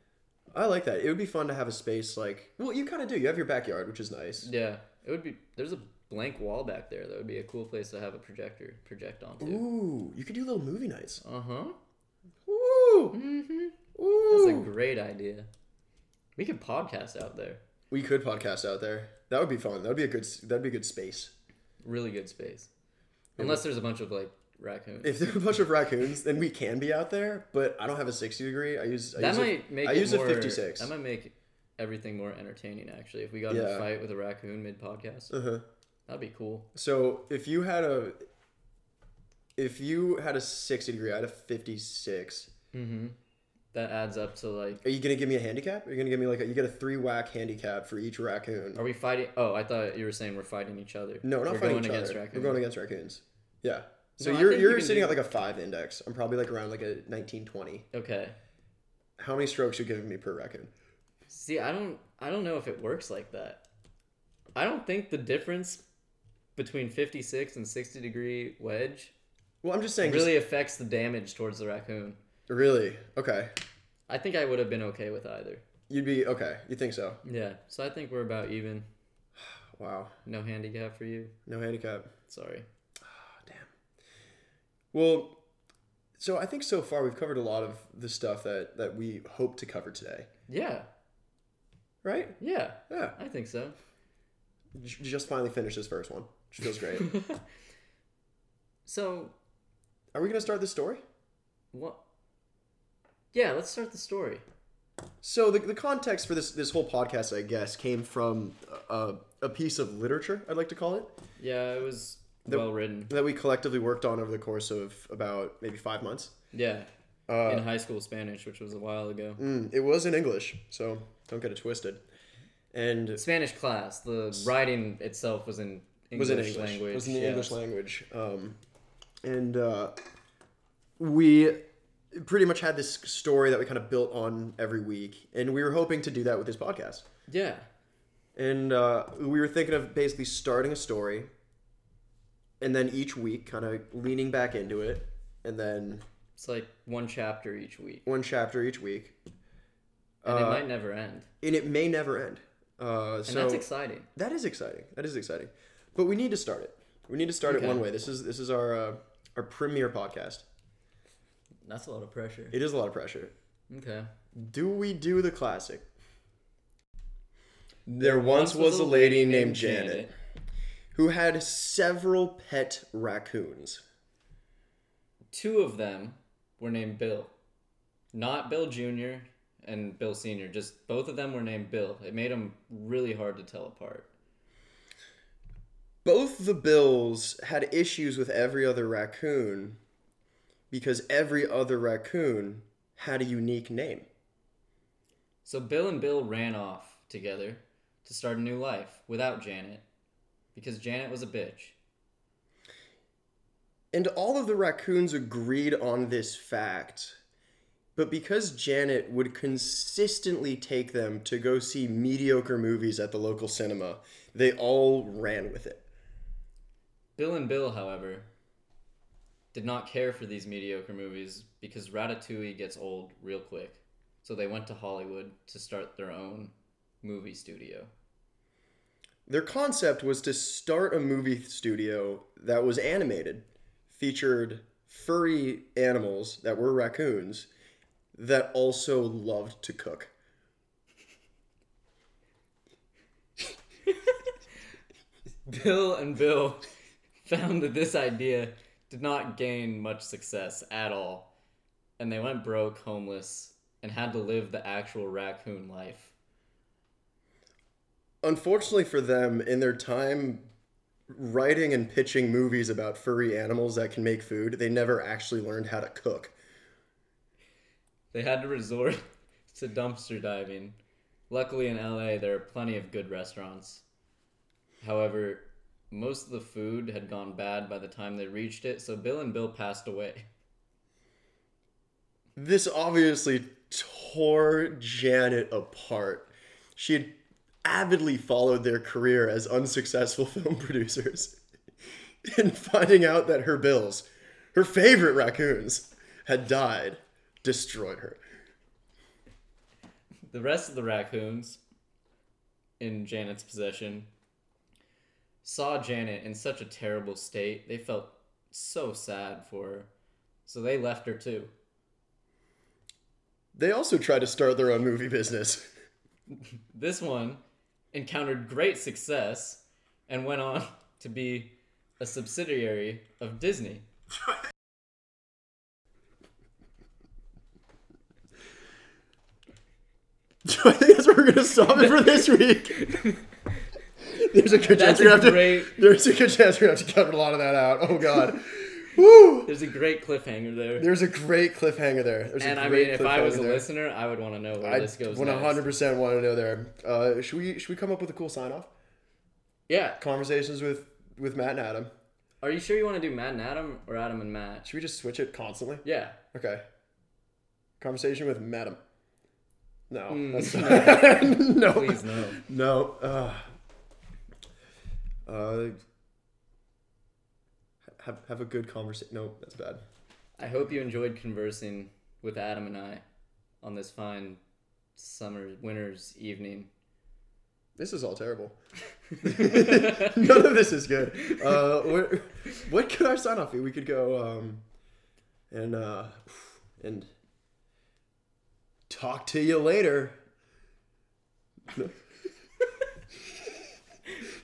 I like that. It would be fun to have a space like well, you kind of do. You have your backyard, which is nice. Yeah. It would be. There's a blank wall back there. That would be a cool place to have a projector project onto. Ooh, you could do little movie nights. Uh huh. Ooh, Mhm. That's a ooh. great idea. We could podcast out there. we could podcast out there. That would be fun. That would be a good. s- That'd be a good space. Really good space. Unless there's a bunch of like raccoons. If there are a bunch of raccoons, then we can be out there. But I don't have a sixty degree. I use. I that use might a, make I it use more, a fifty six. That might make everything more entertaining. Actually, if we got in a Yeah. fight with a raccoon mid podcast, Uh-huh. that'd be cool. So if you had a, if you had a sixty degree, I had a fifty six. Mm-hmm. That adds up to like. Are you gonna give me a handicap? Are you gonna give me like a, you get a three whack handicap for each raccoon? Are we fighting? Oh, I thought you were saying we're fighting each other. No, we're not fighting going each against other. Raccoons. We're going against raccoons. Yeah. So No, I you're think you you're can sitting do- at like a five index. I'm probably like around like a nineteen twenty. Okay. How many strokes you giving me per raccoon? See, I don't. I don't know if it works like that. I don't think the difference between 56 and 60 degree wedge Well, I'm just saying. Really? really affects the damage towards the raccoon. really? Okay. I think I would have been okay with either. You'd be okay. You think so? Yeah. So I think we're about even. Wow. No handicap for you. No handicap. Sorry. Oh, damn. Well, so I think so far we've covered a lot of the stuff that that we hope to cover today, Yeah. right? Yeah. Yeah. I think so. J- just finally finished this first one. Which feels great. so Are we gonna start this story? what? Yeah. Let's start the story. So the, the context for this this whole podcast, I guess, came from a, a piece of literature, I'd like to call it, Yeah. It was The- well written. that we collectively worked on over the course of about maybe five months. Yeah. Uh, in high school Spanish, which was a while ago. mm, it was in English, so don't get it twisted. And it Spanish class. The writing itself was in English, was in English. language. It was in the yeah. English language. Um, and uh, we pretty much had this story that we kind of built on every week, and we were hoping to do that with this podcast. Yeah. And uh, we were thinking of basically starting a story and then each week kind of leaning back into it and then It's like one chapter each week, one chapter each week. and it Uh, might never end. And it may never end. Uh, And so that's exciting. that is exciting. That is exciting. But we need to start it. We need to start Okay. it one way. This is this is our uh, our premier podcast. That's a lot of pressure. It is a lot of pressure. Okay. Do we do the classic? There once was a lady named Janet who had several pet raccoons. Two of them were named Bill, not Bill Junior and Bill Senior. Just both of them were named Bill. It made them really hard to tell apart. Both the Bills had issues with every other raccoon because every other raccoon had a unique name. So Bill and Bill ran off together to start a new life without Janet, because Janet was a bitch. And all of the raccoons agreed on this fact. But because Janet would consistently take them to go see mediocre movies at the local cinema, they all ran with it. Bill and Bill, however, did not care for these mediocre movies because Ratatouille gets old real quick. So they went to Hollywood to start their own movie studio. Their concept was to start a movie studio that was animated, featured furry animals that were raccoons that also loved to cook. Bill and Bill found that this idea did not gain much success at all. and they went broke, homeless, and had to live the actual raccoon life. Unfortunately for them, in their time writing and pitching movies about furry animals that can make food, they never actually learned how to cook. They had to resort to dumpster diving. Luckily, in LA, there are plenty of good restaurants. However, most of the food had gone bad by the time they reached it, so Bill and Bill passed away. This obviously tore Janet apart. She had avidly followed their career as unsuccessful film producers. and finding out that her bills, her favorite raccoons, had died, destroyed her. The rest of the raccoons in Janet's possession saw Janet in such a terrible state. They felt so sad for her. So they left her too. They also tried to start their own movie business. This one encountered great success and went on to be a subsidiary of Disney. So I think that's where we're gonna stop it for this week. There's a good chance That's we're a gonna have great. to. There's a good chance we're gonna have to cut a lot of that out. Oh god. Woo! There's a great cliffhanger there. There's a great cliffhanger there. There's and a I great mean, if I was cliffhanger a there. listener, I would want to know where I this goes. one next. hundred percent want to know there. Uh, should we should we come up with a cool sign off? Yeah. Conversations with with Matt and Adam. Are you sure you want to do Matt and Adam or Adam and Matt? Should we just switch it constantly? Yeah. Okay. Conversation with Madam. No, Mm. that's no. Please no. No. Uh, uh, have have a good conversation. No, that's bad. I hope you enjoyed conversing with Adam and I on this fine summer winter's evening. This is all terrible. None of this is good. Uh, what, what could our sign off be? We could go um, and uh, and talk to you later. No.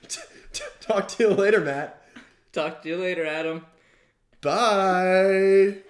T- t- talk to you later, Matt. Talk to you later, Adam. Bye.